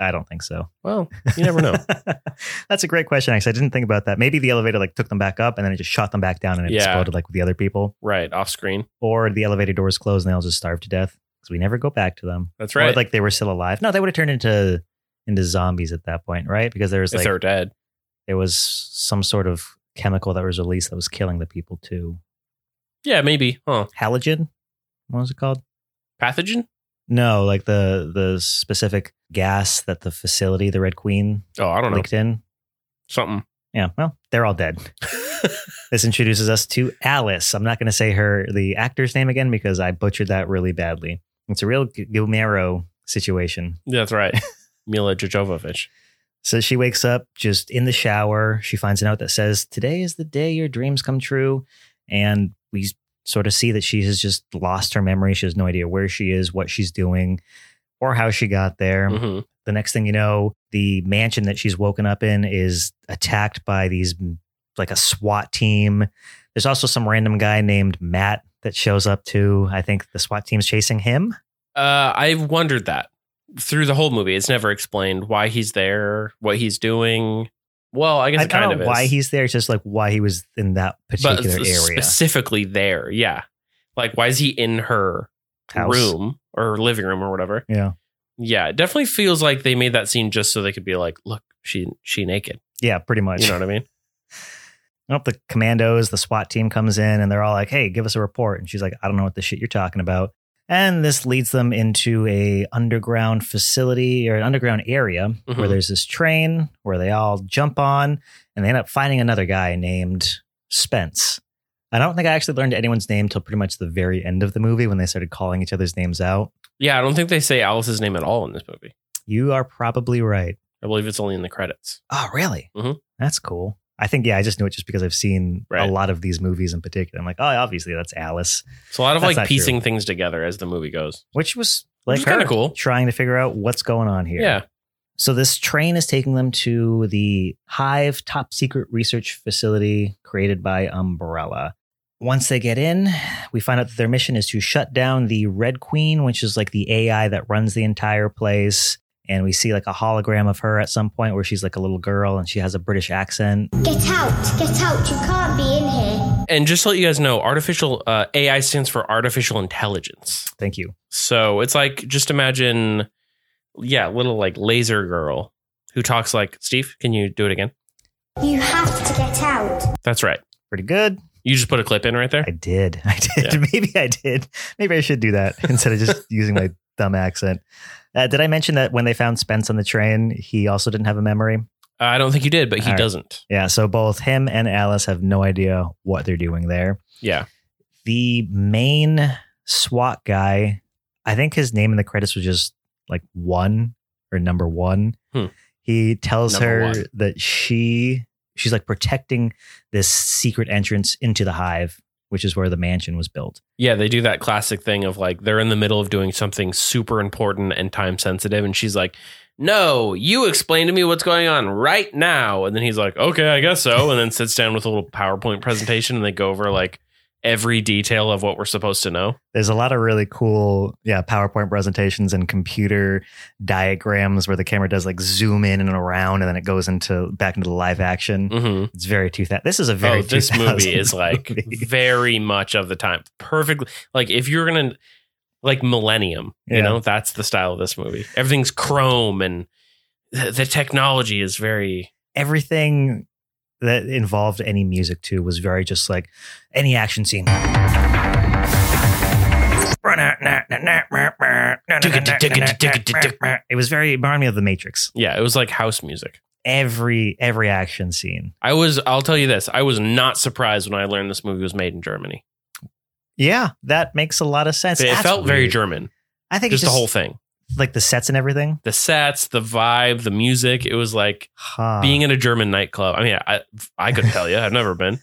S3: I don't think so.
S1: Well, you never know.
S3: That's a great question. Actually, I didn't think about that. Maybe the elevator like took them back up and then it just shot them back down and it
S1: Yeah.
S3: exploded like with the other people,
S1: right. Off screen.
S3: or the elevator doors closed and they all just starved to death because we never go back to them.
S1: That's
S3: Or
S1: right.
S3: like they were still alive. No, they would have turned into into zombies at that point, right? Because there was
S1: if
S3: like
S1: they're dead.
S3: there was some sort of chemical that was released that was killing the people too.
S1: Yeah, maybe. Huh.
S3: Halogen, what was it called?
S1: Pathogen?
S3: No, like the the specific gas that the facility, the Red Queen,
S1: Oh, I don't know.
S3: leaked in.
S1: Something.
S3: Yeah, well, they're all dead. this introduces us to Alice. I'm not going to say her the actor's name again because I butchered that really badly. It's a real Gu- Guillermo situation.
S1: That's right. Mila Jovovich.
S3: So she wakes up just in the shower. She finds a note that says, "Today is the day your dreams come true," and we sort of see that she has just lost her memory. She has no idea where she is, what she's doing, or how she got there.
S1: hmm
S3: The next thing you know, the mansion that she's woken up in is attacked by these mm, like a SWAT team. There's also some random guy named Matt that shows up too. I think the SWAT team's chasing him.
S1: Uh, I've wondered that through the whole movie. It's never explained why he's there, what he's doing. Well, I guess
S3: I
S1: it
S3: don't
S1: kind
S3: know
S1: of is.
S3: why he's there. It's just like why he was in that
S1: but
S3: particular
S1: s-
S3: area.
S1: specifically there. Yeah. Like, why is he in her
S3: House.
S1: room or living room or whatever?
S3: Yeah.
S1: Yeah, it definitely feels like they made that scene just so they could be like, look, she she naked.
S3: Yeah, pretty much.
S1: You know what I mean?
S3: Nope, the commandos, the SWAT team comes in and they're all like, "Hey, give us a report." And she's like, "I don't know what the shit you're talking about." And this leads them into a underground facility or an underground area where
S1: Mhm.
S3: there's this train where they all jump on and they end up finding another guy named Spence. I don't think I actually learned anyone's name till pretty much the very end of the movie when they started calling each other's names out.
S1: Yeah, I don't think they say Alice's name at all in this movie.
S3: You are probably right.
S1: I believe it's only in the credits.
S3: Oh, really?
S1: Mhm.
S3: That's cool. I think yeah, I just knew it just because I've seen
S1: Right.
S3: a lot of these movies in particular. I'm like, oh, obviously that's Alice.
S1: It's a lot of
S3: That's not
S1: like
S3: true.
S1: piecing things together as the movie goes.
S3: which was like
S1: is
S3: kind
S1: kinda
S3: of
S1: cool.
S3: trying to figure out what's going on here.
S1: Yeah.
S3: So this train is taking them to the Hive top secret research facility created by Umbrella. Once they get in, we find out that their mission is to shut down the Red Queen, which is like the AI that runs the entire place. And we see like a hologram of her at some point where she's like a little girl and she has a British accent.
S8: Get out, get out, you can't be in here.
S1: And just to let you guys know, artificial uh, AI stands for artificial intelligence.
S3: Thank you.
S1: So it's like just imagine, yeah, little like laser girl who talks like Steve. Can you do it again?
S8: You have to get out.
S1: That's right.
S3: Pretty good.
S1: You just put a clip in right there.
S3: I did. I did. Maybe I did. Maybe I should do that instead of just using my dumb accent. Uh, did I mention that when they found Spence on the train, he also didn't have a memory?
S1: Uh, I don't think you did, but he
S3: All right.
S1: doesn't.
S3: Yeah. So both him and Alice have no idea what they're doing there.
S1: Yeah.
S3: The main SWAT guy, I think his name in the credits was just like one or number one.
S1: Hmm.
S3: He tells
S1: Number
S3: her
S1: one.
S3: that she she's like protecting this secret entrance into the hive, which is where the mansion was built.
S1: Yeah, they do that classic thing of like they're in the middle of doing something super important and time sensitive. And she's like, No, you explain to me what's going on right now. And then he's like, Okay, I guess so. And then sits down with a little PowerPoint presentation and they go over like every detail of what we're supposed to know.
S3: there's a lot of really cool yeah powerpoint presentations and computer diagrams where the camera does like zoom in and around and then it goes into back into the live action
S1: Mm-hmm.
S3: it's very 2000 this is a very
S1: Oh, this
S3: 2000s
S1: movie is like
S3: movie.
S1: very much of the time. Perfectly like if you're gonna like Millennium,
S3: Yeah.
S1: you know, that's the style of this movie. Everything's chrome and th- the technology is very
S3: everything that involved any music too was very just like any action scene it was very reminded me of the matrix
S1: yeah, it was like house music.
S3: every every action scene
S1: I was I'll tell you this, I was not surprised when I learned this movie was made in Germany.
S3: yeah that makes a lot of sense
S1: it
S3: That's
S1: felt very
S3: weird.
S1: German.
S3: I think
S1: Just,
S3: it's
S1: the whole thing.
S3: like the sets and everything.
S1: The sets, the vibe, the music. It was like
S3: Huh.
S1: being in a German nightclub. I mean, I I could tell you, I've never been,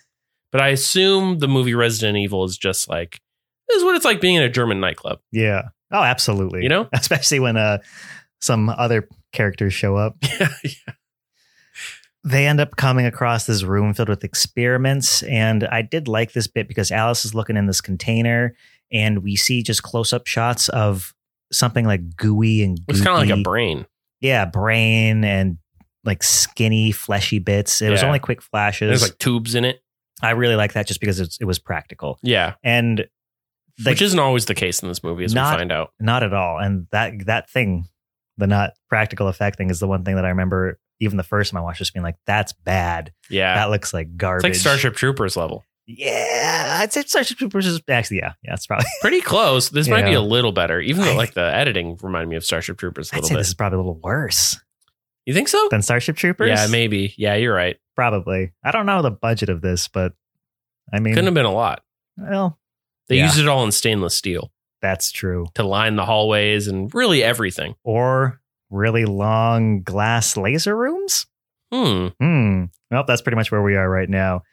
S1: but I assume the movie Resident Evil is just like this is what it's like being in a German nightclub.
S3: yeah. Oh, absolutely.
S1: You know?
S3: especially when uh some other characters show up.
S1: Yeah,
S3: they end up coming across this room filled with experiments. And I did like this bit because Alice is looking in this container and we see just close up shots of something like gooey and
S1: It's kind of like a
S3: goopy.
S1: brain.
S3: yeah, brain and like skinny, fleshy bits. It was
S1: Yeah.
S3: only quick flashes.
S1: There's like tubes in it.
S3: I really like that just because it's, it was practical
S1: Yeah,
S3: and like,
S1: which isn't always the case in this movie, as
S3: Not-
S1: we find out.
S3: not at all. And that that thing, the not practical effect thing, is the one thing that I remember. Even the first time I watched this, being like, "That's bad.
S1: Yeah,
S3: That looks like
S1: it's
S3: garbage."
S1: like Starship Troopers level.
S3: Yeah, I'd say Starship Troopers is actually yeah, yeah. It's probably
S1: Pretty close. This might be
S3: Yeah.
S1: a little better, even though
S3: I-
S1: like the editing reminded me of Starship Troopers
S3: I'd
S1: a little
S3: say
S1: bit.
S3: this is probably a little worse
S1: you think so?
S3: than Starship Troopers.
S1: Yeah, maybe. Yeah, you're right.
S3: probably. I don't know the budget of this, but I mean,
S1: Couldn't have been a lot.
S3: well,
S1: They
S3: Yeah.
S1: used it all in stainless steel
S3: that's true.
S1: to line the hallways and really everything.
S3: Or really long glass laser rooms.
S1: Hmm.
S3: Hmm. Well, that's pretty much where we are right now.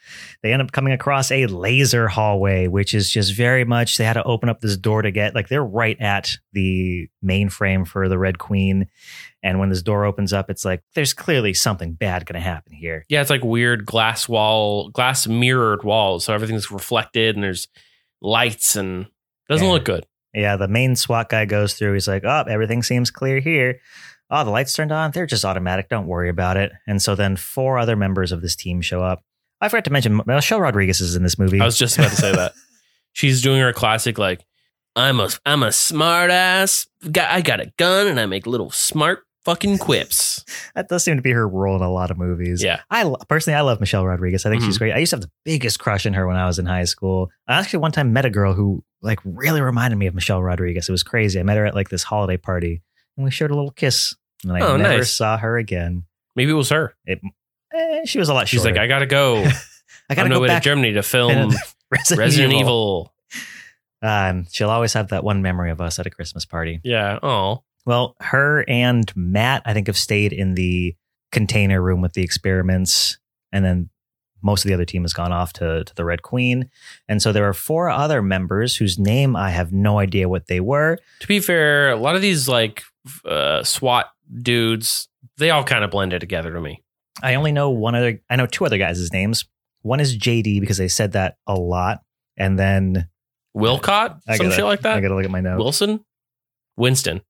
S3: They end up coming across a laser hallway, which is just very much they had to open up this door to get like they're right at the mainframe for the Red Queen. And when this door opens up, it's like there's clearly something bad going to happen here.
S1: Yeah, it's like weird glass wall, glass mirrored walls. So everything's reflected and there's lights and doesn't
S3: Yeah.
S1: look good.
S3: Yeah, the main SWAT guy goes through. He's like, oh, everything seems clear here. Oh, the lights turned on. They're just automatic. Don't worry about it. And so then four other members of this team show up. I forgot to mention, Michelle Rodriguez is in this movie.
S1: I was just about to say that. She's doing her classic like I'm a I'm a smart ass. Got I got a gun and I make little smart fucking quips.
S3: That does seem to be her role in a lot of movies.
S1: Yeah.
S3: I lo- personally, I love Michelle Rodriguez. I think she's
S1: Mhm.
S3: great. I used to have the biggest crush on her when I was in high school. I actually one time met a girl who like really reminded me of Michelle Rodriguez. It was crazy. I met her at like this holiday party and we shared a little kiss and I
S1: Oh,
S3: never
S1: nice.
S3: saw her again.
S1: Maybe it was her.
S3: Eh, she was a lot
S1: She's
S3: shorter.
S1: like, I gotta go.
S3: I
S1: I'm
S3: gotta
S1: on my
S3: go
S1: way to
S3: back.
S1: Germany to film
S3: Resident,
S1: Resident Evil.
S3: Um, she'll always have that one memory of us at a Christmas party.
S1: Yeah. Oh.
S3: Well, her and Matt, I think, have stayed in the container room with the experiments, and then most of the other team has gone off to, to the Red Queen. And so there are four other members whose name I have no idea what they were.
S1: To be fair, a lot of these like uh, SWAT dudes, they all kind of blended together to me.
S3: I only know one other. I know two other guys' names. One is JD because they said that a lot, and then
S1: Wilcott,
S3: I
S1: some
S3: gotta-
S1: shit like
S3: I
S1: that.
S3: got to look at my notes.
S1: Wilson, Winston.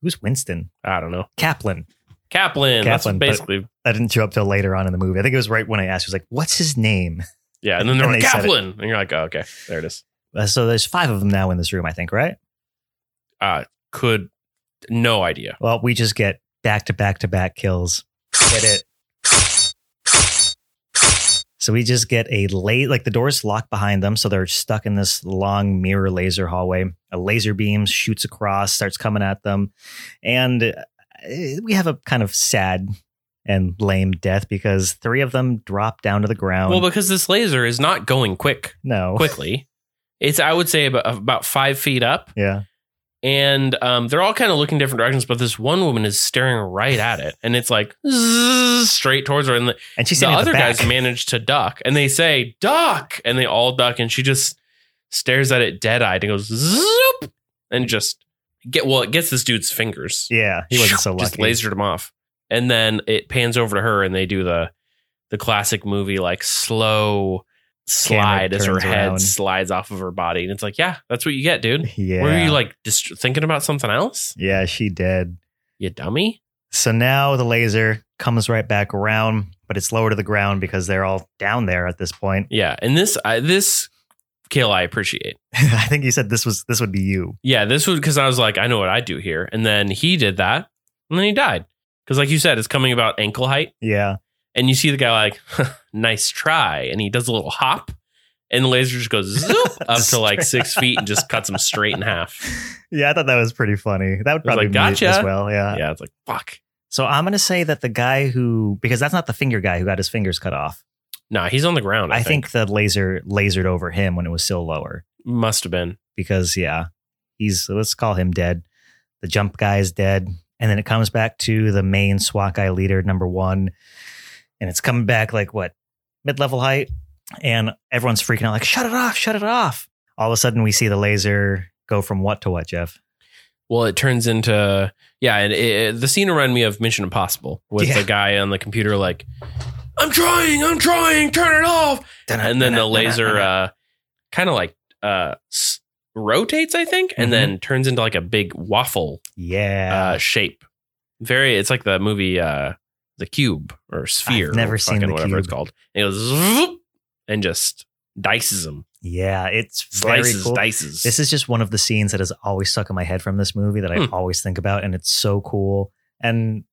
S3: Who's Winston
S1: I don't know.
S3: Kaplan?
S1: Kaplan. that's
S3: Kaplan, but-
S1: basically.
S3: That didn't show up till later on in the movie. I think it was right when I asked. He was like, "What's his name?"
S1: yeah, and then they're
S3: and
S1: like
S3: they said it.
S1: Kaplan, and you're like, oh, okay, there it is.
S3: Uh, So there's five of them now in this room, I think, right?
S1: Uh, could no idea.
S3: Well, we just get back to back to back kills. Hit it. So we just get a late, like the doors locked behind them. So they're stuck in this long mirror laser hallway. A laser beam shoots across, starts coming at them. And uh, we have a kind of sad and lame death because three of them drop down to the ground.
S1: Well, because this laser is not going quick
S3: no.
S1: quickly. It's I would say about, about five feet up,
S3: Yeah.
S1: and um, they're all kind of looking different directions. But this one woman is staring right at it, and it's like zzz, straight towards her. And the,
S3: And she's
S1: the
S3: standing at
S1: other
S3: the back.
S1: guys manage to duck, and they say duck, and they all duck, and she just stares at it dead eyed and goes zoop, and just get well. It gets this dude's fingers.
S3: yeah. He wasn't so lucky.
S1: Just lasered him off, and then it pans over to her, and they do the the classic movie like slow slide as her
S3: turns
S1: head
S3: around.
S1: slides off of her body, and it's like, yeah, that's what you get, dude.
S3: Yeah.
S1: Were you like dist- thinking about something else?
S3: yeah, she did.
S1: You dummy.
S3: So now the laser comes right back around, but it's lower to the ground because they're all down there at this point.
S1: Yeah, and this I, this kill I appreciate.
S3: I think you said this was this would be you.
S1: Yeah, this was because I was like, I know what I do here, and then he did that, and then he died because, like you said, it's coming about ankle height.
S3: Yeah.
S1: and you see the guy like, nice try, and he does a little hop, and the laser just goes zoop up to like six feet and just cuts him straight in half.
S3: Yeah, I thought that was pretty funny. That would
S1: I was
S3: probably
S1: like,
S3: be me as
S1: "Gotcha."
S3: well. Yeah.
S1: Yeah, it's like fuck.
S3: So I'm gonna say that the guy who because that's not the finger guy who got his fingers cut off.
S1: Nah, he's on the ground. I,
S3: I think the laser lasered over him when it was still lower.
S1: must have been.
S3: Because yeah, he's let's call him dead. The jump guy is dead. And then it comes back to the main SWAT guy leader, number one. And it's coming back like what? Mid level height. And everyone's freaking out, like, shut it off, shut it off. All of a sudden we see the laser go from what to what, Jeff?
S1: well, it turns into yeah. And it, the scene reminded me of Mission Impossible with
S3: Yeah.
S1: the guy on the computer like, "I'm trying, I'm trying, turn it off," and then the laser uh, kind of like uh, s- rotates, I think, and then turns into like a big waffle
S3: Mm-hmm. Yeah.
S1: uh, shape. Very, it's like the movie uh, The Cube or Sphere.
S3: I've never
S1: or
S3: seen
S1: fucking
S3: The
S1: whatever it's
S3: Cube.
S1: called. And it goes zoop, and just dices them,
S3: yeah. It's very
S1: slices,
S3: cool.
S1: dices.
S3: This is just one of the scenes that has always stuck in my head from this movie that I
S1: Hmm.
S3: always think about, and it's so cool. And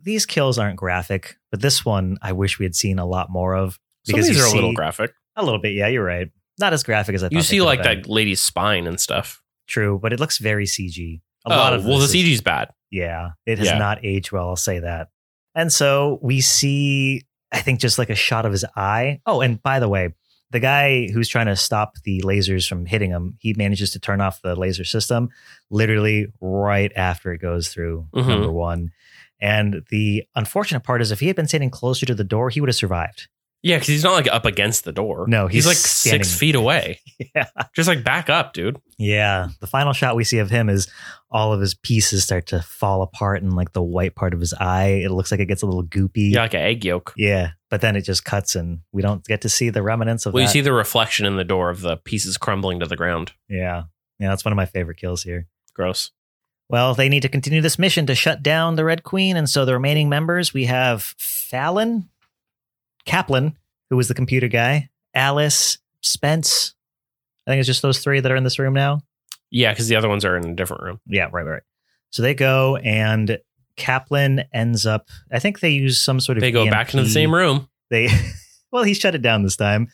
S3: these kills aren't graphic, but this one I wish we had seen a lot more of
S1: Some of these
S3: you
S1: are a little
S3: see-
S1: graphic.
S3: A little bit, yeah, you're right. Not as graphic as I. thought
S1: You
S3: they
S1: see
S3: could
S1: like
S3: have been.
S1: that lady's spine and stuff.
S3: True, but it looks very CG. A
S1: oh,
S3: lot of
S1: well, the
S3: this is-
S1: CG's bad.
S3: Yeah, it has
S1: Yeah.
S3: not aged well. I'll say that. And so we see, I think, just like a shot of his eye. Oh, and by the way, the guy who's trying to stop the lasers from hitting him, he manages to turn off the laser system literally right after it goes through
S1: Mhm.
S3: number one. And the unfortunate part is, if he had been standing closer to the door, he would have survived.
S1: Yeah, because he's not like up against the door.
S3: No,
S1: he's,
S3: he's
S1: like
S3: standing.
S1: six feet away.
S3: Yeah.
S1: Just like back up, dude.
S3: Yeah. The final shot we see of him is all of his pieces start to fall apart and like the white part of his eye, it looks like it gets a little goopy.
S1: Yeah, like an egg yolk.
S3: Yeah, but then it just cuts and we don't get to see the remnants of
S1: Well, you
S3: that.
S1: see the reflection in the door of the pieces crumbling to the ground.
S3: yeah. Yeah, that's one of my favorite kills here.
S1: Gross.
S3: Well, they need to continue this mission to shut down the Red Queen, and so the remaining members we have Fallon, Kaplan, who was the computer guy, Alice, Spence. I think it's just those three that are in this room now.
S1: Yeah, because the other ones are in a different room.
S3: Yeah, right, right, right. So they go and Kaplan ends up. I think they use some sort of. E
S1: They go back into the
S3: EMP.
S1: same room.
S3: they well he shut it down this time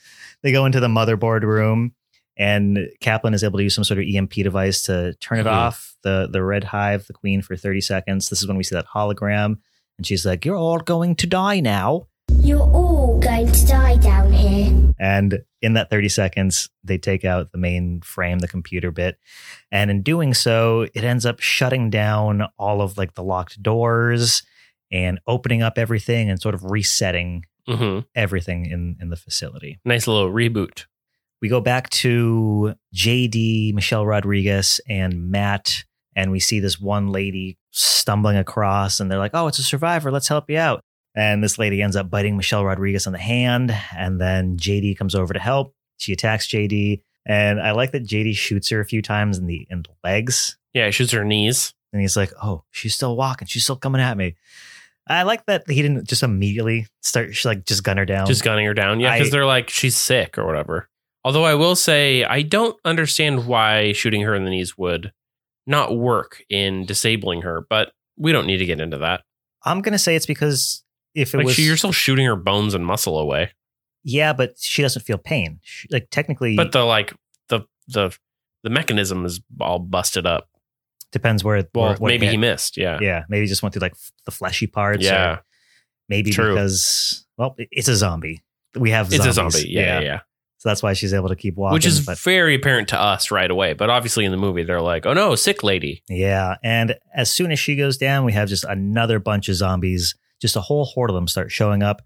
S3: they go into the motherboard room and kaplan is able to use some sort of emp device to turn it
S1: Mhm.
S3: off the the red hive the queen for 30 seconds this is when we see that hologram and she's like you're all going to die now
S8: You're all going to die down here.
S3: and in that 30 seconds they take out the main frame the computer bit and in doing so it ends up shutting down all of like the locked doors and opening up everything and sort of resetting
S1: hmm
S3: everything in in the facility
S1: Nice little reboot.
S3: we go back to JD, Michelle Rodriguez, and Matt, and we see this one lady stumbling across, and they're like, oh, it's a survivor. Let's help you out. And this lady ends up biting Michelle Rodriguez on the hand, and then JD comes over to help. She attacks JD, and I like that JD shoots her a few times in the in the legs,
S1: Yeah, she shoots her knees.
S3: and he's like, oh, she's still walking. She's still coming at me. I like that he didn't just immediately start, she like just gun her down.
S1: just gunning her down. Yeah,
S3: Oh. I-
S1: because they're like she's sick or whatever. Although I will say I don't understand why shooting her in the knees would not work in disabling her, but we don't need to get into that.
S3: I'm gonna say it's because if it
S1: Like
S3: was
S1: she, you're still shooting her bones and muscle away,
S3: Yeah, but she doesn't feel pain. She, like technically,
S1: but the like the the the mechanism is all busted up.
S3: depends where.
S1: Well,
S3: where- what
S1: maybe
S3: hit.
S1: he missed. Yeah,
S3: Yeah, maybe he just went through like f- the fleshy parts. or
S1: yeah.
S3: maybe
S1: true.
S3: because well, it- it's a zombie. We have
S1: It's a
S3: zombies.
S1: zombie. Yeah, yeah. yeah.
S3: So that's why she's able to keep walking.
S1: Which is
S3: but,
S1: very apparent to us right away, but obviously in the movie they're like, "Oh no, sick lady."
S3: yeah, and as soon as she goes down, we have just another bunch of zombies. Just a whole horde of them start showing up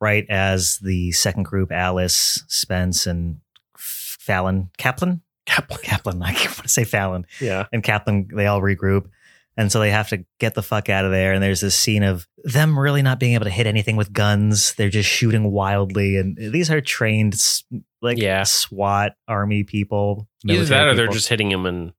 S3: right as the second group: Alice, Spence, and F- Fallon Kaplan. Kaplan. Kaplan. I want to say Fallon.
S1: Yeah.
S3: and Kaplan, they all regroup. And so they have to get the fuck out of there. And there's this scene of them really not being able to hit anything with guns. They're just shooting wildly. And these are trained, s- like
S1: Yeah.
S3: SWAT army people.
S1: Either
S3: military
S1: that or they're
S3: people.
S1: just hitting him in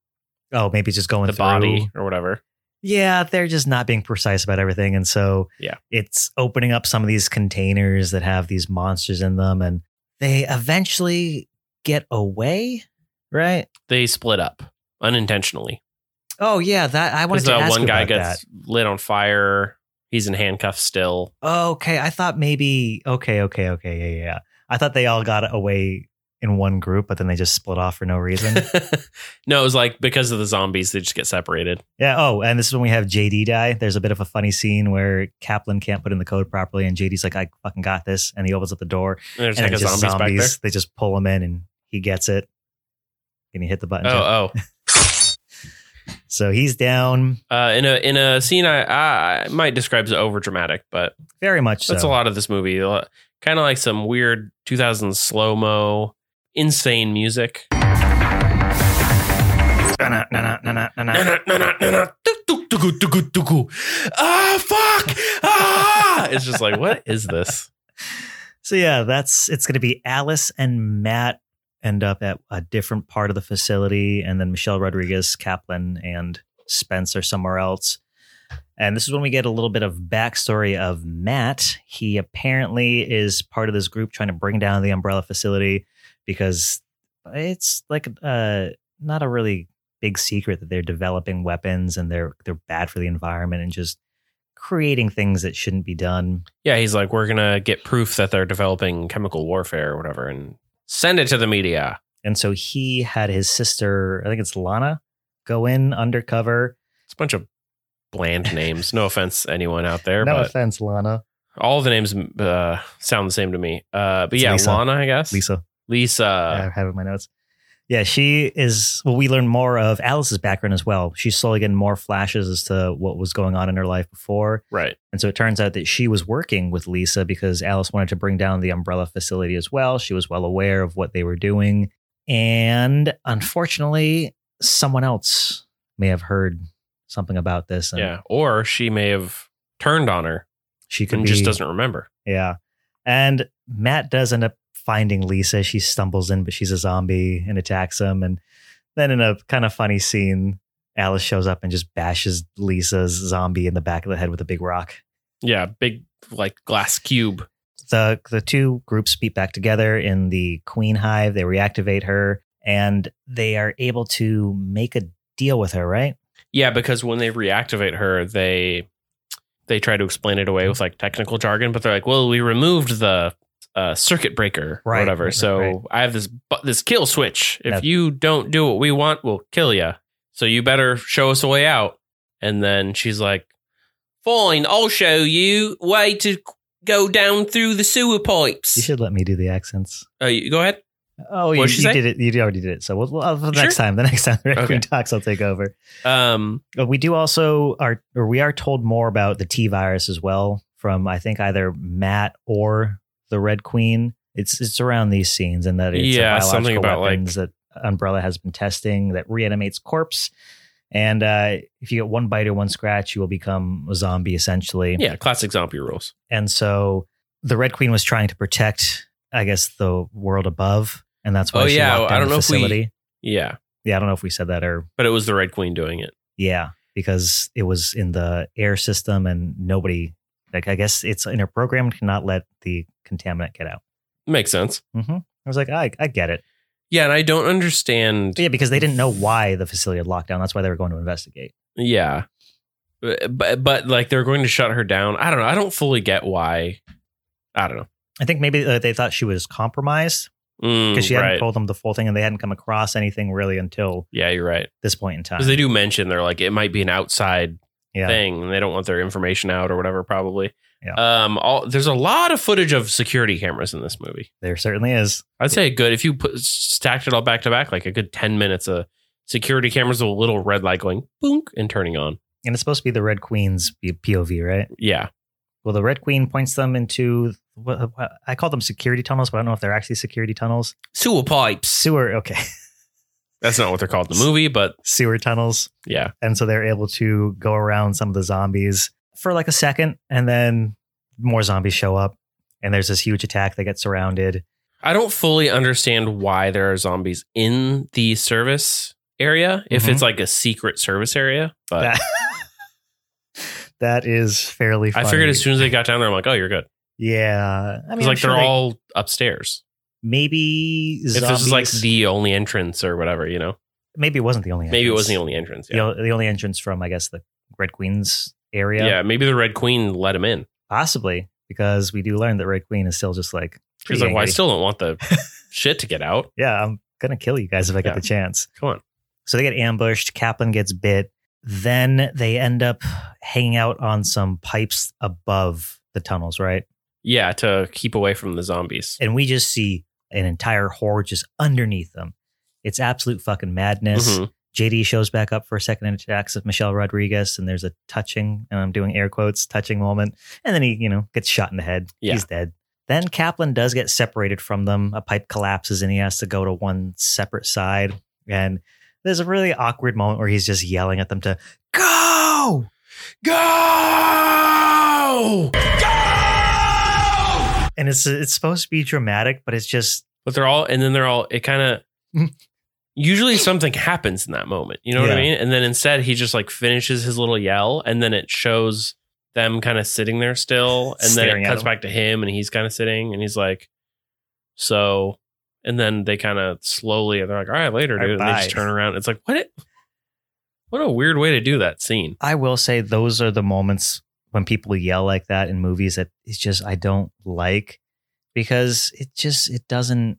S3: oh, maybe just going
S1: the
S3: through.
S1: body or whatever.
S3: Yeah, they're just not being precise about everything. And so
S1: Yeah.
S3: it's opening up some of these containers that have these monsters in them. And they eventually get away, right?
S1: they split up unintentionally.
S3: Oh, yeah. That I wanted
S1: Because
S3: to
S1: the
S3: ask
S1: one
S3: you
S1: guy
S3: about that.
S1: gets lit on fire. He's in handcuffs still.
S3: Oh, Okay, I thought maybe okay, okay, okay, yeah, yeah, yeah. I thought they all got away in one group, but then they just split off for no reason.
S1: no, it was like because of the zombies, they just get separated.
S3: yeah. Oh, and this is when we have JD die. There's a bit of a funny scene where Kaplan can't put in the code properly, and JD's like, "I fucking got this," and he opens up the door,
S1: And there's
S3: and
S1: like a
S3: it's just
S1: zombies,
S3: zombies. They just pull him in, and he gets it. And he hit the button.
S1: back there. Oh,
S3: So he's down
S1: oh. Uh, in a in a scene I, I might describe as over dramatic, but
S3: very much.
S1: that's
S3: so.
S1: a lot of this movie. Kind of like some weird 2000s slow mo, insane music.
S3: na na na na na na.
S1: Na, na, na, na, na. Doo, doo, doo, goo, doo, goo, doo, goo. Ah, fuck! Ah! It's just like, what is this?
S3: So yeah, that's it's going to be Alice and Matt end up at a different part of the facility, and then Michelle Rodriguez, Kaplan, and Spence are somewhere else. And this is when we get a little bit of backstory of Matt. He apparently is part of this group trying to bring down the Umbrella facility because it's like uh, not a really big secret that they're developing weapons and they're they're bad for the environment and just creating things that shouldn't be done.
S1: Yeah, he's like, we're gonna get proof that they're developing chemical warfare or whatever, and send it to the media.
S3: And so he had his sister, I think it's Lana, go in undercover.
S1: It's a bunch of bland names. No offense, anyone out there,
S3: no
S1: but
S3: offense, Lana.
S1: all the names uh, sound the same to me. Uh, but
S3: It's
S1: yeah,
S3: Lisa.
S1: Lana, I guess.
S3: Lisa, I
S1: Lisa.
S3: have it in my notes. Yeah, she is. Well, we learn more of Alice's background as well. She's slowly getting more flashes as to what was going on in her life before.
S1: Right.
S3: And so it turns out that she was working with Lisa because Alice wanted to bring down the umbrella facility as well. She was well aware of what they were doing. And unfortunately, someone else may have heard something about this. And
S1: Yeah. Or she may have turned on her
S3: She could
S1: and
S3: be,
S1: just doesn't remember.
S3: Yeah. And Matt does end up finding Lisa. She stumbles in, but she's a zombie and attacks him. And then in a kind of funny scene, Alice shows up and just bashes Lisa's zombie in the back of the head with a big rock.
S1: Yeah, big like glass cube.
S3: The the two groups beat back together in the Queen Hive. They reactivate her and they are able to make a deal with her, right?
S1: Yeah, because when they reactivate her, they they try to explain it away with like technical jargon, but they're like, "Well, we removed the uh, circuit breaker, or
S3: Right,
S1: whatever."
S3: right,
S1: so
S3: right.
S1: I have this bu- this kill switch. If
S3: That's-
S1: you don't do what we want, we'll kill you. So you better show us a way out. And then she's like, "Fine, I'll show you way to go down through the sewer
S3: You
S1: pipes."
S3: should let me do the accents.
S1: Uh, you- go ahead.
S3: Oh, you,
S1: What'd she
S3: you
S1: say?
S3: did it. You already did it. So we'll, we'll, the
S1: Sure.
S3: next time, the next time the Red
S1: Okay.
S3: Queen talks, I'll take over.
S1: Um,
S3: But Uh, we do also are or we are told more about the T virus as well from I think either Matt or the Red Queen. It's it's around these scenes and that it's a
S1: Yeah, something
S3: biological
S1: about, like-
S3: weapons that Umbrella has been testing that reanimates corpse. And uh, if you get one bite or one scratch, you will become a zombie essentially.
S1: yeah, classic zombie rules.
S3: And so the Red Queen was trying to protect, I guess, the world above, and that's why
S1: Oh,
S3: she
S1: yeah,
S3: locked
S1: I
S3: down
S1: don't
S3: the
S1: know if we-
S3: facility.
S1: Yeah,
S3: yeah, I don't know if we said that or
S1: but it was the Red Queen doing it.
S3: yeah, because it was in the air system and nobody, like, I guess it's in her program to not let the contaminant get out.
S1: Makes sense.
S3: hmm I was like, I, I get it.
S1: Yeah, and I don't understand.
S3: But yeah, because they didn't know why the facility had locked down. That's why they were going to investigate.
S1: Yeah. But but like they're going to shut her down. I don't know. I don't fully get why. I don't know.
S3: I think maybe uh, they thought she was compromised because
S1: Mm,
S3: she
S1: right.
S3: hadn't told them the full thing and they hadn't come across anything really until
S1: yeah, you're right.
S3: this point in time.
S1: Because they do mention they're like it might be an outside
S3: Yeah.
S1: thing, and they don't want their information out or whatever. Probably.
S3: Yeah.
S1: Um. All, there's a lot of footage of security cameras in this movie.
S3: there certainly is.
S1: I'd say a good if you put stacked it all back to back, like a good ten minutes of security cameras with a little red light going boonk and turning on.
S3: And it's supposed to be the Red Queen's P- POV, right?
S1: Yeah.
S3: Well, the Red Queen points them into what, what I call them security tunnels, but I don't know if they're actually security tunnels.
S1: Sewer pipes.
S3: Sewer, okay.
S1: That's not what they're called in the movie, but
S3: Sewer tunnels.
S1: yeah.
S3: and so they're able to go around some of the zombies for like a second and then more zombies show up and there's this huge attack they get surrounded
S1: I don't fully understand why there are zombies in the service area if
S3: Mhm.
S1: it's like a secret service area. But
S3: that, that is fairly funny.
S1: I figured as soon as they got down there, I'm like, oh, you're good.
S3: yeah i mean
S1: It's like
S3: I'm sure
S1: they're
S3: they-
S1: all upstairs.
S3: maybe
S1: If this is like
S3: zombies-
S1: the only entrance or whatever, you know,
S3: maybe it wasn't the only
S1: maybe it
S3: entrance.
S1: was the only entrance.
S3: The
S1: Yeah.
S3: o- the, only entrance from i guess the red queen's area
S1: Yeah. maybe the Red Queen let him in.
S3: possibly because we do learn that red queen is still just like
S1: She's
S3: pretty
S1: like, well, I
S3: angry.
S1: still don't want the shit to get out.
S3: yeah i'm gonna kill you guys if i get
S1: Yeah.
S3: the chance
S1: Come on.
S3: So they get ambushed. Kaplan gets bit. Then they end up hanging out on some pipes above the tunnels, right?
S1: Yeah, to keep away from the zombies.
S3: And we just see an entire horde just underneath them. It's absolute fucking madness.
S1: Mhm.
S3: JD shows back up for a second and attacks of Michelle Rodriguez, and there's a touching, and I'm doing air quotes, touching moment. And then he, you know, gets shot in the head.
S1: Yeah.
S3: He's dead. Then Kaplan does get separated from them. A pipe collapses, and he has to go to one separate side. And There's a really awkward moment where he's just yelling at them to go.
S1: Go!
S3: And it's it's supposed to be dramatic, but it's just
S1: But they're all, and then they're all, it kind of, usually something happens in that moment. You know what I
S3: Mm-hmm. Yeah.
S1: mean? And then instead, he just like finishes his little yell, and then it shows them kind of sitting there still. And then
S3: Staring
S1: it
S3: at
S1: cuts
S3: him.
S1: back to him, and he's kind of sitting, and he's like, so. And then they kind of slowly, and they're like, all right, later,
S3: All right,
S1: dude. and they just
S3: bye.
S1: turn around. It's like, what? It, what a weird way to do that scene.
S3: I will say those are the moments when people yell like that in movies that it's just I don't like because it just it doesn't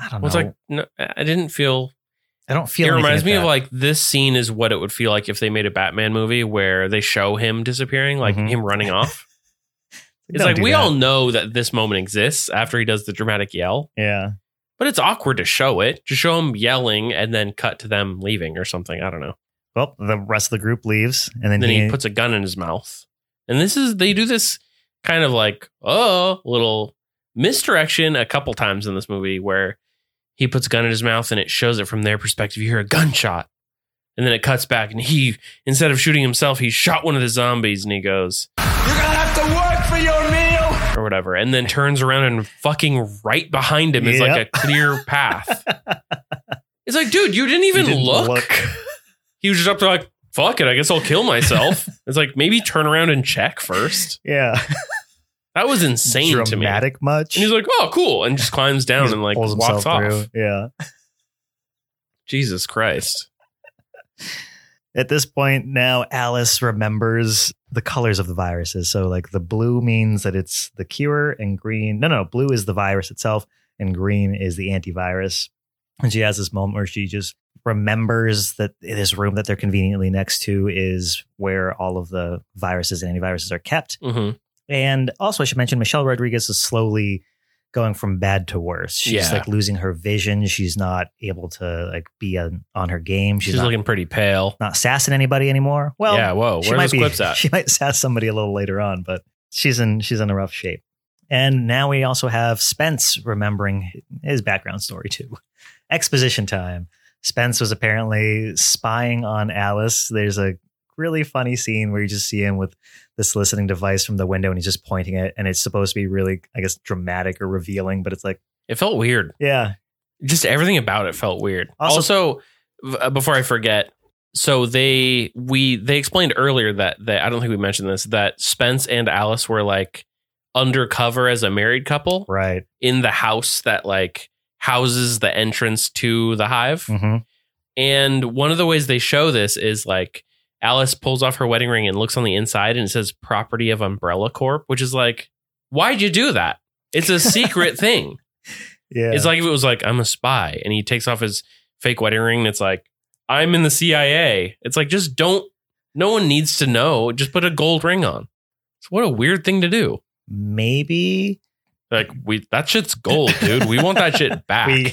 S3: I don't
S1: Well, it's
S3: know.
S1: like, no, I didn't feel
S3: I don't feel
S1: it
S3: anything
S1: reminds
S3: at
S1: me of
S3: that.
S1: like this scene is what it would feel like if they made a Batman movie where they show him disappearing, like
S3: Mhm.
S1: him running off. It's
S3: Don't
S1: like
S3: do
S1: we
S3: that.
S1: all know that this moment exists after he does the dramatic yell,
S3: Yeah.
S1: but it's awkward to show it. Just show him yelling and then cut to them leaving or something. I don't know.
S3: Well, the rest of the group leaves and then,
S1: And then
S3: he,
S1: he puts a gun in his mouth. And this is they do this kind of like oh little misdirection a couple times in this movie where he puts a gun in his mouth and it shows it from their perspective. You hear a gunshot, and then it cuts back and he instead of shooting himself, he shot one of the zombies and he goes
S5: You're gonna have to work for your meal.
S1: or whatever, and then turns around and fucking right behind him is like
S3: Yep.
S1: a clear path. it's like, dude, you didn't even
S3: didn't
S1: look. He was just up there like. Fuck it, I guess I'll kill myself. it's like maybe turn around and check first.
S3: Yeah.
S1: That was insane to me. And
S3: Dramatic much.
S1: he's like, "Oh, cool," and just climbs
S3: He
S1: down
S3: just
S1: and like
S3: pulls
S1: walks
S3: himself
S1: off.
S3: Yeah.
S1: Jesus Christ!
S3: At this point now, Alice remembers the colors of the viruses. So like the blue means that it's the cure and green. No, no, blue is the virus itself and green is the antivirus. And she has this moment where she just remembers that this room that they're conveniently next to is where all of the viruses and antiviruses are kept.
S1: hmm
S3: And also, I should mention Michelle Rodriguez is slowly going from bad to worse. She's
S1: Yeah.
S3: like losing her vision. She's not able to like be on, on her game.
S1: She's,
S3: She's, not,
S1: looking pretty pale.
S3: not sassing anybody anymore. Well,
S1: yeah. Whoa.
S3: she
S1: Where's
S3: might
S1: this
S3: be.
S1: clips at?
S3: She might sass somebody a little later on, but she's in she's in a rough shape. And now we also have Spence remembering his background story too. Exposition time. Spence was apparently spying on Alice. There's a really funny scene where you just see him with this listening device from the window and he's just pointing it and it's supposed to be really I guess dramatic or revealing, but it's like,
S1: it felt weird.
S3: yeah.
S1: Just everything about it felt weird. Also,
S3: Also-
S1: v- uh, before I forget, so they we they explained earlier that that I don't think we mentioned this that Spence and Alice were like undercover as a married couple
S3: Right.
S1: in the house that like houses the entrance to the hive.
S3: hmm
S1: And one of the ways they show this is like Alice pulls off her wedding ring and looks on the inside and it says property of Umbrella Corp, which is like, why'd you do that? It's a secret thing.
S3: Yeah.
S1: It's like if it was like, I'm a spy and he takes off his fake wedding ring and it's like, I'm in the CIA. It's like, just don't, no one needs to know. Just put a gold ring on. So what a weird thing to do.
S3: Maybe
S1: Like, we, that shit's gold, dude. We want that shit back.
S3: we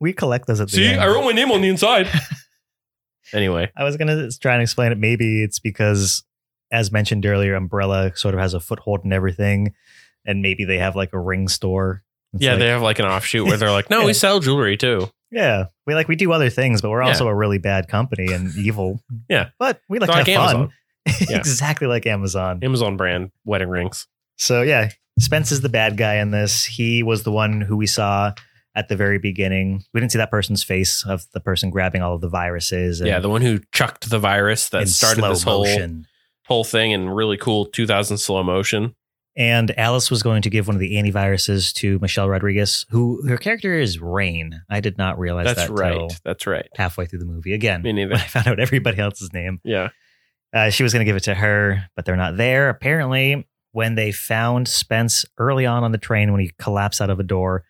S3: we collect those at the
S1: See,
S3: end.
S1: I wrote my name on the inside. anyway.
S3: I was gonna s- try and explain it. Maybe it's because, as mentioned earlier, Umbrella sort of has a foothold in everything, and maybe they have like a ring store. It's
S1: yeah,
S3: like,
S1: they have like an offshoot where they're like, no, we
S3: Yeah.
S1: sell jewelry too.
S3: yeah. We like we do other things, but we're
S1: Yeah.
S3: also a really bad company and evil.
S1: Yeah.
S3: but we like
S1: It's
S3: to
S1: like
S3: have
S1: Amazon.
S3: fun.
S1: Yeah.
S3: exactly like Amazon.
S1: Amazon brand wedding rings.
S3: So yeah, Spence is the bad guy in this. He was the one who we saw at the very beginning. We didn't see that person's face of the person grabbing all of the viruses. And,
S1: Yeah, the one who chucked the virus that
S3: in
S1: started
S3: slow
S1: this whole
S3: motion.
S1: whole thing in really cool 2000 slow motion.
S3: and Alice was going to give one of the antiviruses to Michelle Rodriguez, who her character is Rain. I did not realize
S1: That's
S3: that
S1: right.
S3: till
S1: That's right.
S3: halfway through the movie. Again,
S1: Me neither.
S3: when I found out everybody else's name,
S1: Yeah.
S3: uh, she was going to give it to her, but they're not there. Apparently, when they found Spence early on on the train, when he collapsed out of a door,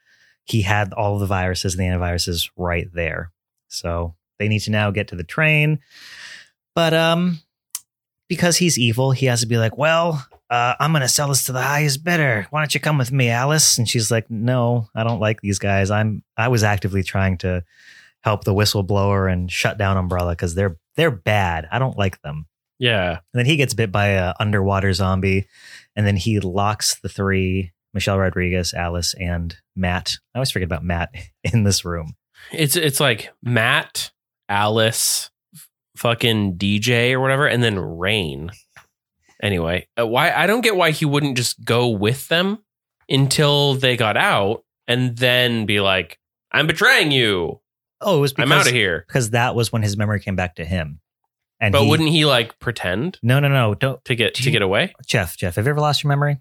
S3: he had all of the viruses and the antiviruses right there. So they need to now get to the train, but um, because he's evil, he has to be like, well. Uh, I'm gonna sell this to the highest bidder. Why don't you come with me, Alice? And she's like, No, I don't like these guys. I'm I was actively trying to help the whistleblower and shut down Umbrella because they're they're bad. I don't like them.
S1: Yeah.
S3: And then he gets bit by a underwater zombie, and then he locks the three Michelle Rodriguez, Alice, and Matt. I always forget about Matt in this room.
S1: It's it's like Matt, Alice, f- fucking DJ or whatever, and then Rain. Anyway, uh, why I don't get why he wouldn't just go with them until they got out and then be like, "I'm betraying you.
S3: Oh, it was because
S1: I'm out of here."
S3: because that was when his memory came back to him. And
S1: But
S3: he-
S1: wouldn't he like pretend
S3: no no no don't
S1: to get
S3: Do
S1: to
S3: you-
S1: get away?
S3: Jeff Jeff have you ever lost your memory?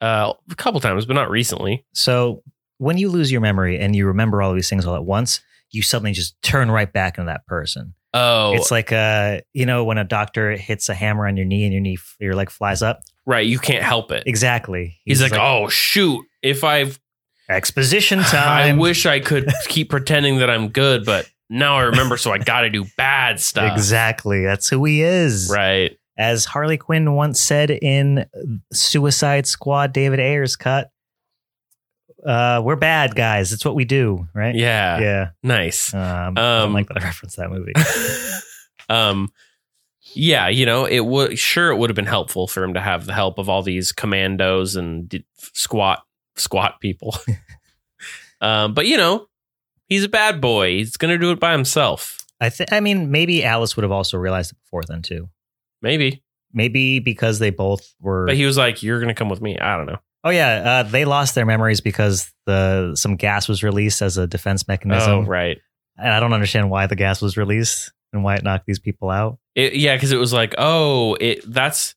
S1: Uh, a couple times, but not recently.
S3: So when you lose your memory and you remember all these things all at once, you suddenly just turn right back into that person.
S1: Oh,
S3: It's like uh you know when a doctor hits a hammer on your knee and your knee your leg flies up.
S1: right. You can't help it.
S3: Exactly.
S1: He's like, "Oh shoot! If I've
S3: exposition
S1: I
S3: time.
S1: wish I could keep pretending that I'm good, but now I remember, so I got to do bad stuff.
S3: Exactly. That's who he is.
S1: Right.
S3: As Harley Quinn once said in Suicide Squad, David Ayer's cut, uh, we're bad guys. It's what we do, right?
S1: Yeah.
S3: Yeah.
S1: Nice.
S3: Um, I don't
S1: Um,
S3: like that I referenced that movie.
S1: um. Yeah, you know, it would sure it would have been helpful for him to have the help of all these commandos and d- squat squat people. um, but you know, he's a bad boy. He's gonna do it by himself.
S3: I think. I mean, maybe Alice would have also realized it before then too.
S1: Maybe.
S3: Maybe because they both were.
S1: But he was like, "You're gonna come with me." I don't know.
S3: oh yeah, uh, they lost their memories because the some gas was released as a defense mechanism,
S1: oh, right.
S3: and I don't understand why the gas was released and why it knocked these people out.
S1: It, yeah, because it was like, "Oh, it." That's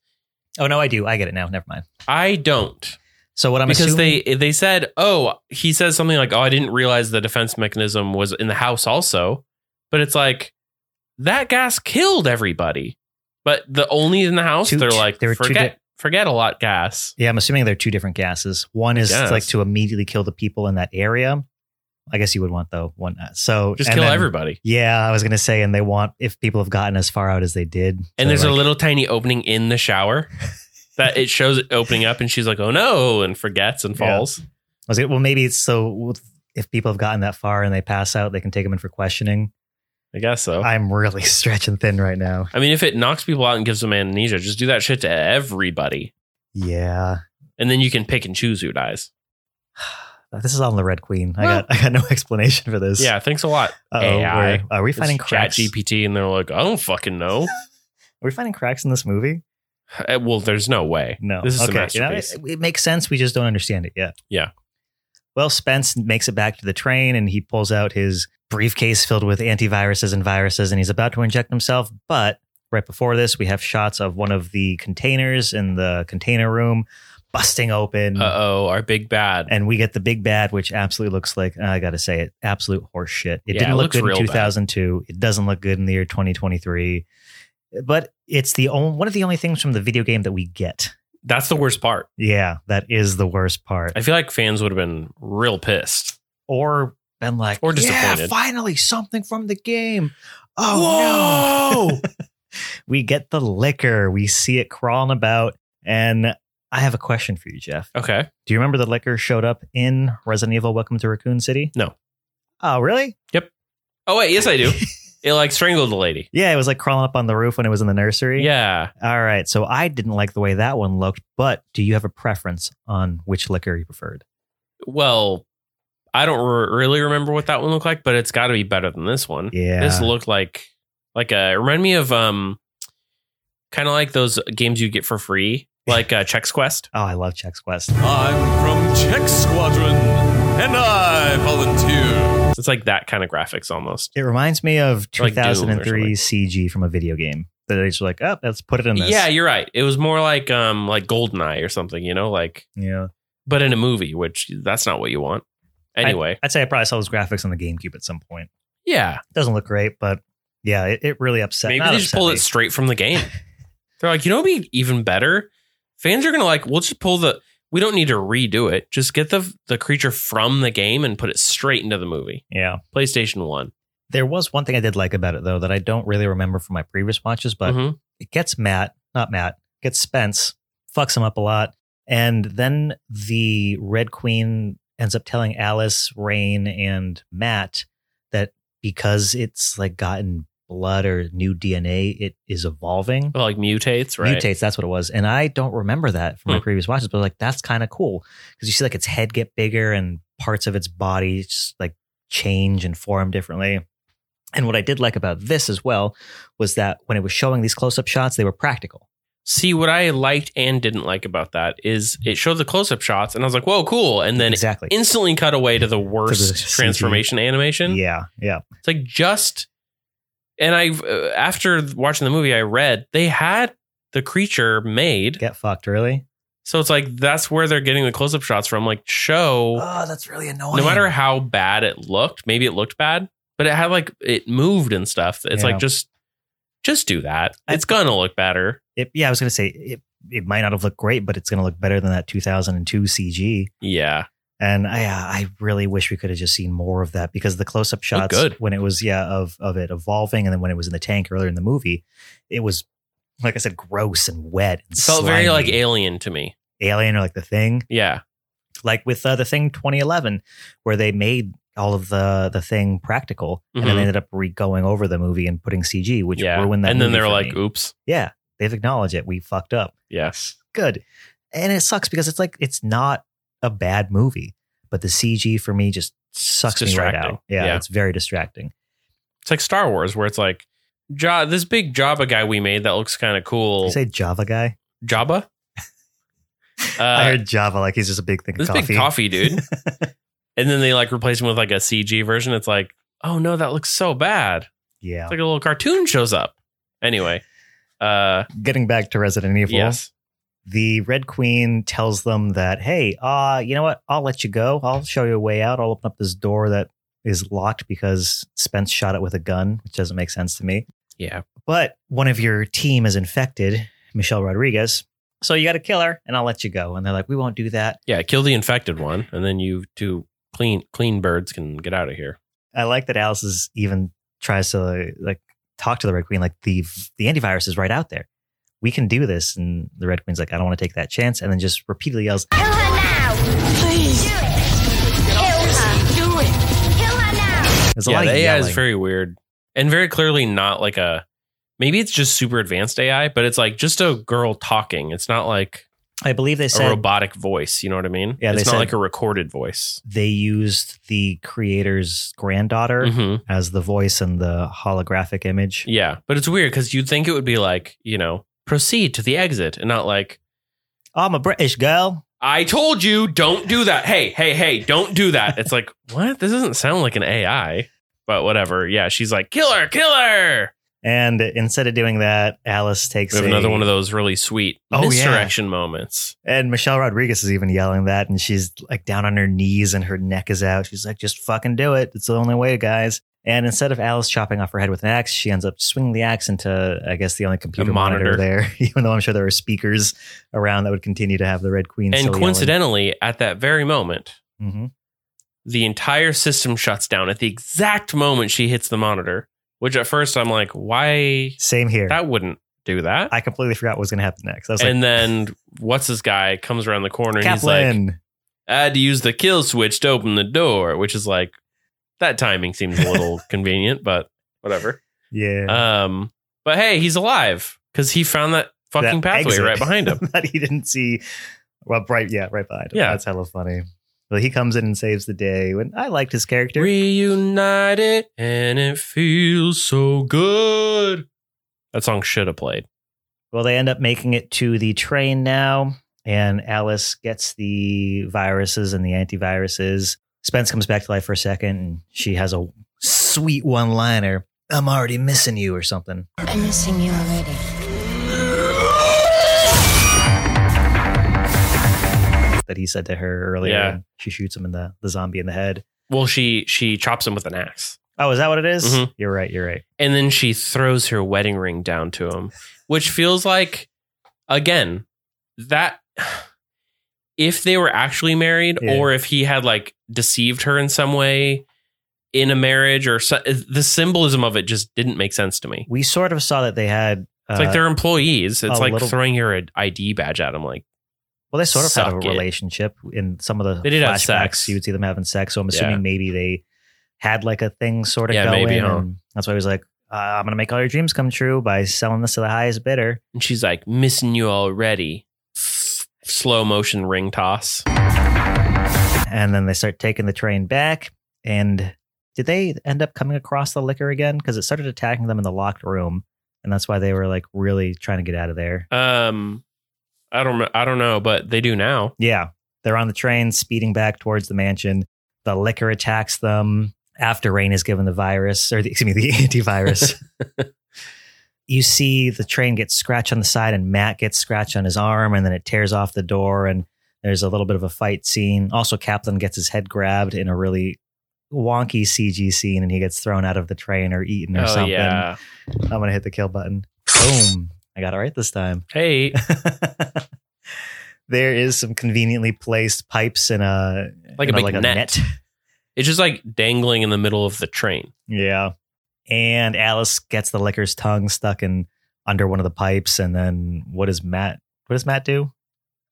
S3: Oh no, I do. I get it now. Never mind.
S1: I don't.
S3: So what I'm
S1: because
S3: assuming,
S1: they they said, oh, he says something like, oh, I didn't realize the defense mechanism was in the house also, but it's like that gas killed everybody, but the only in the house
S3: Two-
S1: they're
S3: two-
S1: like
S3: there were two
S1: forget forget a lot gas,
S3: yeah, I'm assuming they're two different gases. One is
S1: guess.
S3: like to immediately kill the people in that area. I guess you would want though one. uh, So
S1: just
S3: and
S1: kill
S3: then-
S1: everybody.
S3: Yeah, I was gonna say, and they want if people have gotten as far out as they did,
S1: And
S3: they're
S1: there's a
S3: like-
S1: little tiny opening in the shower that it shows it opening up, and she's like, oh no, and forgets and
S3: Yeah.
S1: falls.
S3: I was like, well, maybe it's so if people have gotten that far and they pass out, they can take them in for questioning.
S1: I guess so. I,
S3: I'm really stretching thin right now.
S1: mean, if it knocks people out and gives them amnesia, just do that shit to everybody,
S3: Yeah.
S1: and then you can pick and choose who dies.
S3: This is on the Red Queen. I got I got no explanation for this.
S1: Yeah, thanks a lot.
S3: Uh-oh,
S1: AI.
S3: we're- Are we finding cracks?
S1: Chat GPT, and they're like, I don't fucking know.
S3: Are we finding cracks in this movie?
S1: Uh, well, there's no way.
S3: No.
S1: this is a
S3: You know,
S1: masterpiece.
S3: it, it makes sense. We just don't understand it yet.
S1: Yeah.
S3: Well, Spence makes it back to the train and he pulls out his briefcase filled with antiviruses and viruses and he's about to inject himself. But right before this, we have shots of one of the containers in the container room busting open.
S1: Uh oh, our big bad.
S3: And we get the big bad, which absolutely looks like I gotta say it, absolute horse shit. It
S1: Yeah,
S3: didn't
S1: it
S3: look
S1: looks
S3: good in
S1: real bad.
S3: 2002. It doesn't look good in the year 2023. But it's the only one of the only things from the video game that we get.
S1: That's the worst part.
S3: Yeah, that is the worst part.
S1: I feel like fans would have been real pissed.
S3: Or been like,
S1: Or
S3: Yeah,
S1: disappointed.
S3: finally something from the game. Oh no! we get the liquor. We see it crawling about. And I have a question for you, Jeff.
S1: Okay.
S3: Do you remember the liquor showed up in Resident Evil Welcome to Raccoon City?
S1: No.
S3: Oh, really?
S1: Oh wait, yes I do. it like strangled the lady.
S3: Yeah, it was like crawling up on the roof when it was in the nursery.
S1: Yeah.
S3: All right. So I didn't like the way that one looked, but do you have a preference on which liquor you preferred?
S1: Well, I don't re- really remember what that one looked like, but it's got to be better than this one.
S3: Yeah.
S1: This looked like like a remind me of um, kind of like those games you get for free, like uh, Chex Quest.
S3: oh, I love Chex Quest.
S9: I'm from Czech Squadron, and I volunteer.
S1: It's like that kind of graphics almost.
S3: It reminds me of
S1: Like Doom or
S3: 2003
S1: something.
S3: CG from a video game. That they just like, oh, let's put it in this.
S1: Yeah, you're right. It was more like um like Goldeneye or something, you know, like
S3: yeah.
S1: but in a movie, which that's not what you want. Anyway,
S3: I'd say I probably saw those graphics on the GameCube at some point.
S1: yeah,
S3: Doesn't look great, but yeah, it, it really upset.
S1: maybe
S3: not
S1: they just
S3: upset
S1: pull
S3: me.
S1: it straight from the game. They're like, you know, what'd be even better. Fans are gonna like. We'll just pull the. We don't need to redo it. Just get the the creature from the game and put it straight into the movie.
S3: Yeah.
S1: PlayStation One,
S3: There was one thing I did like about it though that I don't really remember from my previous watches, but
S1: Mhm.
S3: it gets Matt, not Matt, gets Spence, fucks him up a lot, and then the Red Queen ends up telling Alice, Rain, and Matt that because it's like gotten blood or new DNA, it is evolving.
S1: like mutates, right?
S3: Mutates, that's what it was. And I don't remember that from my
S1: Hmm.
S3: previous watches, but like that's kind of cool because you see like its head get bigger and parts of its body just like change and form differently. And what I did like about this as well was that when it was showing these close up shots, they were practical.
S1: See what I liked and didn't like about that is it showed the close up shots, and I was like, "Whoa, cool!" And then
S3: exactly.
S1: instantly cut away to the worst
S3: CG.
S1: transformation animation.
S3: yeah, yeah.
S1: It's like just, and I uh, after watching the movie, I read they had the creature made,
S3: Get fucked, really?
S1: so it's like that's where they're getting the close up shots from. Like show,
S3: Oh, that's really annoying.
S1: no matter how bad it looked, maybe it looked bad, but it had like it moved and stuff. It's
S3: Yeah.
S1: like just, just do that.
S3: I-
S1: It's gonna look better.
S3: It, yeah, I was going to say it, it might not have looked great, but it's going to look better than that 2002 CG.
S1: Yeah,
S3: And I, uh, I really wish we could have just seen more of that because the close up shots
S1: good.
S3: when it was, yeah, of, of it evolving. And then when it was in the tank earlier in the movie, it was, like I said, gross and wet and
S1: felt very
S3: slimy.
S1: like alien to me.
S3: alien or like the thing.
S1: Yeah,
S3: like with uh, the thing 2011 where they made all of the the thing practical and then
S1: Mhm.
S3: they ended up re going over the movie and putting CG which
S1: yeah.
S3: ruined that
S1: and then
S3: movie
S1: they're
S3: for
S1: like,
S3: me.
S1: "Oops,
S3: yeah they've acknowledged it we fucked up
S1: yes,
S3: good and it sucks because it's like it's not a bad movie but the CG for me just sucks
S1: It's
S3: me right
S1: distracting.
S3: out yeah,
S1: Yeah.
S3: it's very distracting
S1: It's like Star Wars, where it's like, ja- this big Jabba guy we made that looks kind of
S3: Did
S1: cool.
S3: you say Java guy
S1: Jabba?
S3: I
S1: Uh,
S3: heard Java like he's just a big thing of
S1: this
S3: coffee
S1: big coffee dude. and then they like replace him with like a CG version. It's like, oh no, that looks so bad.
S3: yeah
S1: It's like a little cartoon shows up. Anyway, uh,
S3: getting back to Resident Evil
S1: yes.
S3: the Red Queen tells them that, hey, uh, you know what? I'll let you go. I'll show you a way out. I'll open up this door that is locked because Spence shot it with a gun, which doesn't make sense to me.
S1: Yeah.
S3: But one of your team is infected, Michelle Rodriguez. So you got to kill her and I'll let you go. And they're like, we won't do that.
S1: Yeah. Kill the infected one. And then you two clean, clean birds can get out of here.
S3: I like that Alice is even tries to like talk to the Red Queen, like the the antivirus is right out there. We can do this. And the Red Queen's like, I don't want to take that chance. And then just repeatedly yells,
S8: Kill her now! Please! Do it! Kill her! Do it! Kill her now!
S3: There's a
S1: yeah.
S3: lot
S1: The
S3: of
S1: AI
S3: yelling.
S1: is very weird and very clearly not like a, maybe it's just super advanced AI, but it's like just a girl talking. It's not like
S3: I believe they
S1: a
S3: said
S1: robotic voice. You know what I mean?
S3: Yeah,
S1: It's
S3: they
S1: not
S3: said-
S1: like a recorded voice.
S3: they used the creator's granddaughter
S1: Mhm.
S3: as the voice and the holographic image.
S1: Yeah, but it's weird because you'd think it would be like, you know, proceed to the exit and not like,
S3: I'm a British girl.
S1: I told you, don't do that. Hey, hey, hey, don't do that. It's like, what? This doesn't sound like an AI, but whatever. Yeah, she's like, killer, killer.
S3: And instead of doing that, Alice takes
S1: We have
S3: a-
S1: another one of those really sweet
S3: Oh, yeah.
S1: misdirection moments.
S3: And Michelle Rodriguez is even yelling that, and she's like down on her knees and her neck is out. She's like, just fucking do it. It's the only way, guys. And instead of Alice chopping off her head with an axe, she ends up swinging the axe into, I guess, the only computer monitor.
S1: monitor.
S3: there, even though I'm sure there are speakers around that would continue to have the Red Queen.
S1: And
S3: still
S1: coincidentally, at that very moment,
S3: yelling. Mhm.
S1: the entire system shuts down at the exact moment she hits the monitor, which at first I'm like, why?
S3: Same here.
S1: That wouldn't do that.
S3: I completely forgot what was going to happen next. I was
S1: and then what's this guy comes around the corner
S3: like,
S1: and he's like,
S3: Kaplan.
S1: I had to use the kill switch to open the door, which is like that timing seems a little convenient, but whatever.
S3: yeah.
S1: Um, but hey, he's alive because he found that fucking
S3: That
S1: pathway
S3: exit
S1: right behind him.
S3: that he didn't see. Well, right, yeah, right behind him.
S1: Yeah.
S3: That's hella funny. But he comes in and saves the day. And I liked his character.
S1: Reunited and it feels so good. That song should have played.
S3: well, they end up making it to the train now, and Alice gets the viruses and the antiviruses. Spence comes back to life for a second, and she has a sweet one liner. I'm already missing you, or something.
S10: I'm missing you already.
S3: That he said to her earlier.
S1: Yeah.
S3: and She shoots him in the, the zombie in the head.
S1: Well, she she chops him with an axe.
S3: Oh, is that what it is?
S1: Mhm.
S3: You're right. You're right.
S1: and then she throws her wedding ring down to him, which feels like, again, that if they were actually married
S3: Yeah.
S1: or if he had like deceived her in some way in a marriage or so, the symbolism of it just didn't make sense to me.
S3: We sort of saw that they had.
S1: It's like they're employees. It's
S3: Uh, a
S1: like
S3: little-
S1: throwing your ID badge at him. Like,
S3: Well, they sort of had a
S1: Suck it.
S3: relationship in some of the
S1: They did have
S3: flashbacks.
S1: sex.
S3: You would see them having sex, so I'm assuming
S1: Yeah.
S3: maybe they had like a thing sort of
S1: Yeah,
S3: going.
S1: maybe, huh?
S3: and that's why he was like, uh, "I'm gonna make all your dreams come true by selling this to the highest bidder."
S1: and she's like, missing you already. Slow motion ring toss.
S3: And then they start taking the train back, and Did they end up coming across the liquor again? Because it started attacking them in the locked room, and that's why they were like really trying to get out of there.
S1: Um, I don't I don't know, but they do now.
S3: Yeah, they're on the train speeding back towards the mansion. The liquor attacks them after Rain is given the virus, or the, excuse me, the antivirus. you see the train get scratched on the side, and Matt gets scratched on his arm, and then it tears off the door, and there's a little bit of a fight scene. Also, Kaplan gets his head grabbed in a really wonky CG scene, and he gets thrown out of the train or eaten or
S1: oh
S3: something.
S1: yeah.
S3: I'm gonna hit the kill button. Boom! I got it right this time
S1: Hey,
S3: there is some conveniently placed pipes in a
S1: Like a
S3: in
S1: big net. it's just like dangling in the middle of the train.
S3: Yeah. And Alice gets the licker's tongue stuck in under one of the pipes, and then what does Matt? What does Matt do?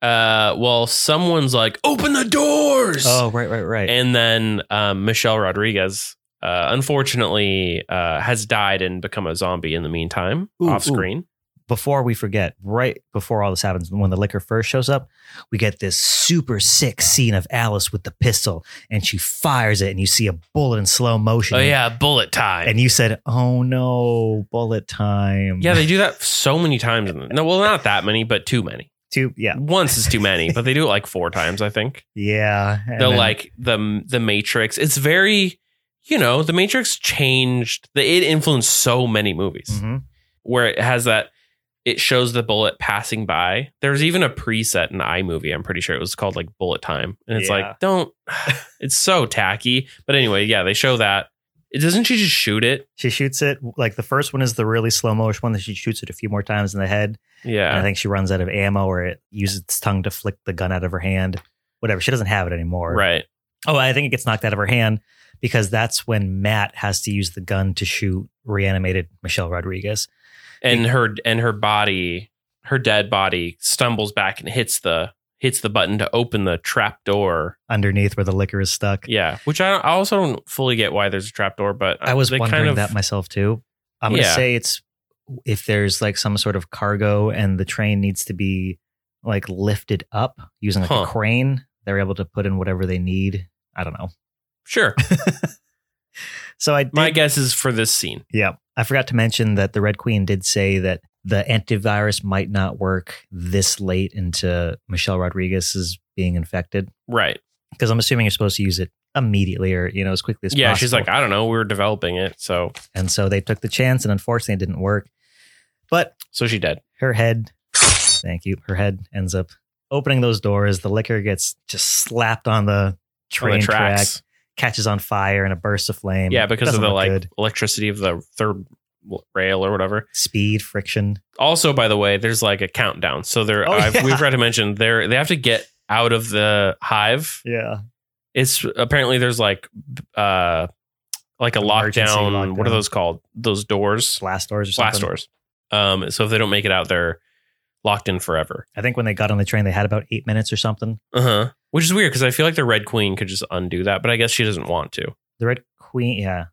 S1: Uh, well, someone's like, "Open the doors!"
S3: right, right, right.
S1: and then um, Michelle Rodriguez, uh, unfortunately, uh, has died and become a zombie in the meantime,
S3: Ooh,
S1: off
S3: ooh.
S1: screen.
S3: before we forget, right before all this happens, when the liquor first shows up, we get this super sick scene of Alice with the pistol, and she fires it, and you see a bullet in slow motion.
S1: Oh yeah, bullet time.
S3: And you said, "Oh no, bullet time!"
S1: yeah, they do that so many times. In the, no, well, not that many, but too many.
S3: Two, yeah,
S1: Once is too many, but they do it like four times, I think.
S3: yeah. And
S1: the
S3: then-
S1: like the the Matrix. It's very, you know, the Matrix changed. The, it influenced so many movies
S3: Mhm.
S1: where it has that. It shows the bullet passing by. There's even a preset in iMovie. I'm pretty sure it was called like Bullet Time, and it's
S3: Yeah.
S1: like don't. It's so tacky. But anyway, yeah, they show that. It doesn't she just shoot it?
S3: She shoots it like the first one is the really slow motion one that she shoots it a few more times in the head. And I
S1: Yeah,
S3: think she runs out of ammo or it uses its tongue to flick the gun out of her hand. Whatever. She doesn't have it anymore.
S1: right.
S3: Oh, I think it gets knocked out of her hand because that's when Matt has to use the gun to shoot reanimated Michelle Rodriguez.
S1: And her and her body, her dead body, stumbles back and hits the hits the button to open the trap door
S3: Underneath where the liquor is stuck.
S1: Yeah, which I, I also don't fully get why there's a trapdoor, but
S3: I was
S1: they
S3: wondering
S1: kind of-
S3: that myself too. I'm gonna
S1: Yeah.
S3: say it's if there's like some sort of cargo and the train needs to be like lifted up using like
S1: Huh.
S3: a crane, they're able to put in whatever they need. I don't know.
S1: Sure,
S3: So I did,
S1: my guess is for this scene.
S3: yeah, I forgot to mention that the Red Queen did say that the antivirus might not work this late into Michelle Rodriguez's being infected
S1: Right?
S3: because I'm assuming you're supposed to use it immediately or you know as quickly as
S1: yeah,
S3: possible.
S1: she's like, I don't know, we were developing it, so
S3: and so they took the chance and unfortunately it didn't work. But
S1: so she did.
S3: her head thank you her head ends up opening those doors the liquor gets just slapped on the train
S1: On the
S3: track
S1: tracks.
S3: catches on fire in a burst of flame
S1: Yeah, because of
S3: Doesn't
S1: the
S3: look
S1: like
S3: good.
S1: electricity of the third rail or whatever.
S3: speed friction
S1: Also, by the way, there's like a countdown. So there,
S3: Oh,
S1: I've,
S3: yeah.
S1: we forgot to mention there. They have to get out of the hive.
S3: yeah
S1: It's apparently there's like, uh, like a
S3: Emergency
S1: lockdown. What are
S3: lockdown.
S1: those called? Those doors.
S3: blast doors or something
S1: blast doors. Um, so if they don't make it out, they're locked in forever.
S3: i think when they got on the train they had about eight minutes or something
S1: Uh huh. Which is weird because I feel like the Red Queen could just undo that, but I guess she doesn't want to.
S3: the red queen yeah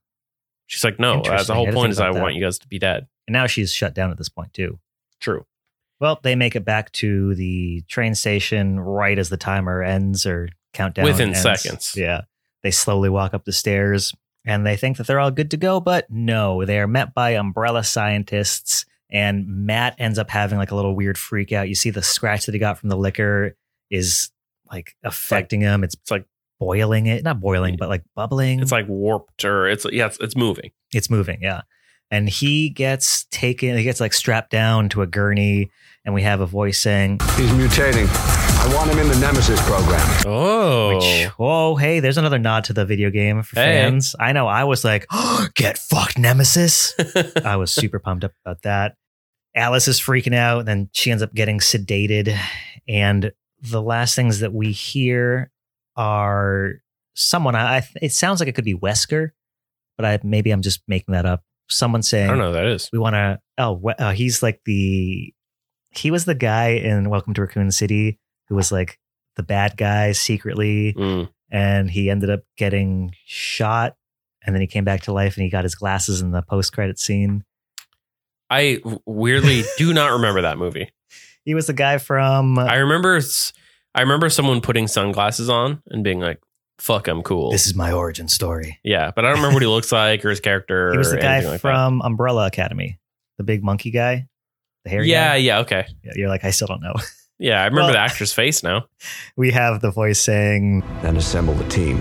S1: She's like, no, uh, the
S3: Interesting. I
S1: whole
S3: didn't
S1: point
S3: think
S1: is I
S3: about that.
S1: want you guys to be dead.
S3: and now she's shut down at this point too
S1: True.
S3: well they make it back to the train station right as the timer ends or countdown
S1: Within
S3: ends.
S1: seconds.
S3: yeah they slowly walk up the stairs and they think that they're all good to go, but no, they are met by umbrella scientists. And Matt ends up having like a little weird freak out. You see the scratch that he got from the liquor is like affecting him. It's,
S1: it's like-
S3: boiling it, not boiling, but like bubbling.
S1: It's like warped or it's, yeah, it's, it's moving.
S3: it's moving. Yeah. And he gets taken, he gets like strapped down to a gurney. And we have a voice saying,
S2: He's mutating. I want him in the Nemesis program.
S1: Oh.
S3: Which, oh, hey, there's another nod to the video game for
S1: Hey.
S3: fans. I know. I was like, get fucked, Nemesis. I was super pumped up about that. Alice is freaking out, and then she ends up getting sedated. And the last things that we hear are someone. I, I it sounds like it could be Wesker, but I maybe I'm just making that up. Someone
S1: I
S3: saying,
S1: don't know who that is.
S3: we want to. Oh, we- oh, he's like the. He was the guy in Welcome to Raccoon City who was like the bad guy secretly,
S1: Mm.
S3: and he ended up getting shot, and then he came back to life, and he got his glasses in the post credit scene.
S1: I weirdly do not remember that movie.
S3: He was the guy from.
S1: I remember, s- I remember someone putting sunglasses on and being like, fuck, I'm cool.
S3: This is my origin story.
S1: yeah, but I don't remember what he looks like or his character.
S3: He was
S1: or
S3: the guy
S1: anything like that.
S3: from Umbrella Academy, the big monkey guy, the hairy
S1: yeah,
S3: guy.
S1: yeah, okay.
S3: Yeah, you're like I still don't know.
S1: Yeah, I remember
S3: Well-
S1: the actor's face now.
S3: We have the voice saying,
S2: Then assemble the team.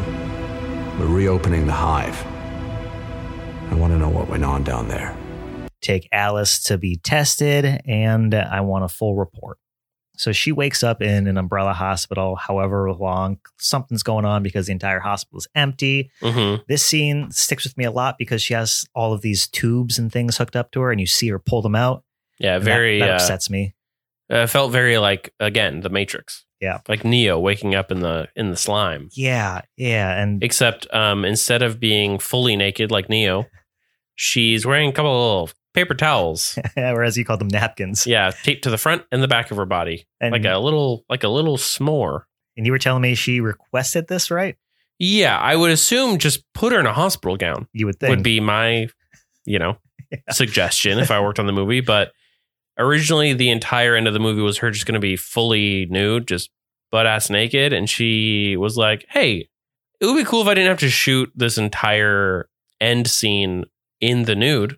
S2: We're reopening the hive. I want to know what went on down there.
S3: take Alice to be tested and I want a full report. So she wakes up in an umbrella hospital, however long something's going on because the entire hospital is empty.
S1: hmm
S3: This scene sticks with me a lot because she has all of these tubes and things hooked up to her, and you see her pull them out.
S1: Yeah,
S3: and
S1: very.
S3: that, that
S1: uh,
S3: upsets me.
S1: uh, felt very like again the Matrix.
S3: Yeah.
S1: like Neo waking up in the in the slime.
S3: Yeah, yeah, and
S1: Except um, instead of being fully naked like Neo, she's wearing a couple of paper towels.
S3: or as you call them, napkins.
S1: yeah, taped to the front and the back of her body,
S3: and,
S1: like a little like a little s'more.
S3: and you were telling me she requested this, right?
S1: Yeah, I would assume just put her in a hospital gown.
S3: You would think
S1: would be my, you know, suggestion if I worked on the movie. But originally, the entire end of the movie was her just going to be fully nude, just butt ass naked, and she was like, "Hey, it would be cool if I didn't have to shoot this entire end scene in the nude."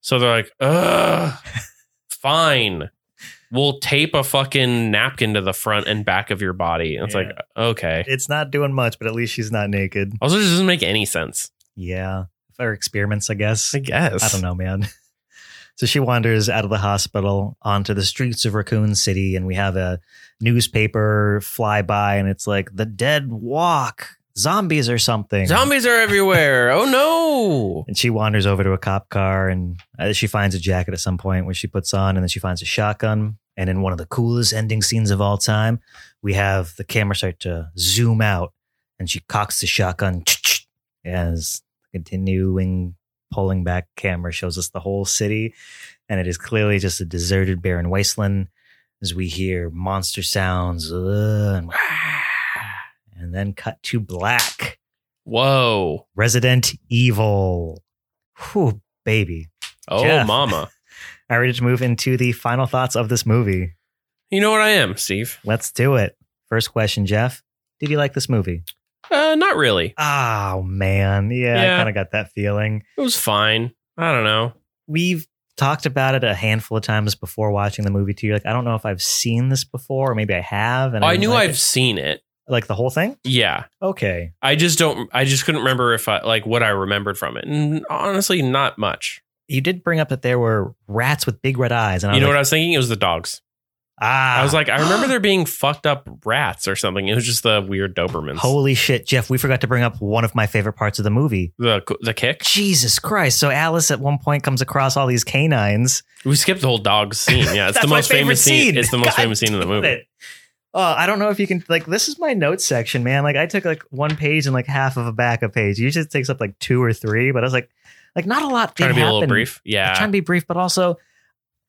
S1: So they're like, "Ugh, fine." We'll tape a fucking napkin to the front and back of your body. And it's like, okay.
S3: it's not doing much, but at least she's not naked.
S1: Also, this doesn't make any sense.
S3: Yeah, or experiments, I guess.
S1: I guess.
S3: I don't know, man. So she wanders out of the hospital onto the streets of Raccoon City, and we have a newspaper fly by, and it's like the dead walk, zombies or something.
S1: Zombies are everywhere. Oh no.
S3: And she wanders over to a cop car, and uh, she finds a jacket at some point, which she puts on, and then she finds a shotgun. And in one of the coolest ending scenes of all time, we have the camera start to zoom out, and she cocks the shotgun. As the continuing pulling back camera shows us the whole city, and it is clearly just a deserted, barren wasteland. As we hear monster sounds, uh, and, and then cut to black.
S1: Whoa.
S3: Resident Evil. Whew, baby.
S1: Oh,
S3: Jeff.
S1: mama.
S3: Are we ready to move into the final thoughts of this movie?
S1: You know what I am, Steve?
S3: Let's do it. First question, Jeff. Did you like this movie?
S1: Uh, not really.
S3: Oh, man. Yeah, I
S1: Yeah.
S3: kind of got that feeling.
S1: It was fine. I don't know.
S3: We've talked about it a handful of times before watching the movie, too. You're like, I don't know if I've seen this before, or maybe I have. And
S1: I
S3: didn't
S1: knew
S3: like
S1: I've
S3: it.
S1: seen it.
S3: Like the whole thing?
S1: Yeah.
S3: Okay.
S1: I just don't, I just couldn't remember if I, like, what I remembered from it. And honestly, not much.
S3: You did bring up that there were rats with big red eyes. And I was
S1: You know
S3: like,
S1: what I was thinking? It was the dogs.
S3: ah.
S1: I was like, I remember there being fucked up rats or something. It was just the weird Dobermans.
S3: holy shit, Jeff, we forgot to bring up one of my favorite parts of the movie.
S1: the, the kick.
S3: Jesus Christ. So Alice at one point comes across all these canines.
S1: We skipped the whole dog scene. Yeah. It's
S3: That's
S1: the
S3: my
S1: most
S3: favorite
S1: famous scene.
S3: scene.
S1: It's the most
S3: God
S1: famous scene in the movie.
S3: Oh, I don't know if you can like this is my notes section, man. Like I took like one page and like half of a backup page. Usually it takes up like two or three, but I was like like not a lot.
S1: Trying
S3: did
S1: to be a little
S3: happen.
S1: brief.
S3: I'm
S1: Yeah.
S3: trying to be brief, but also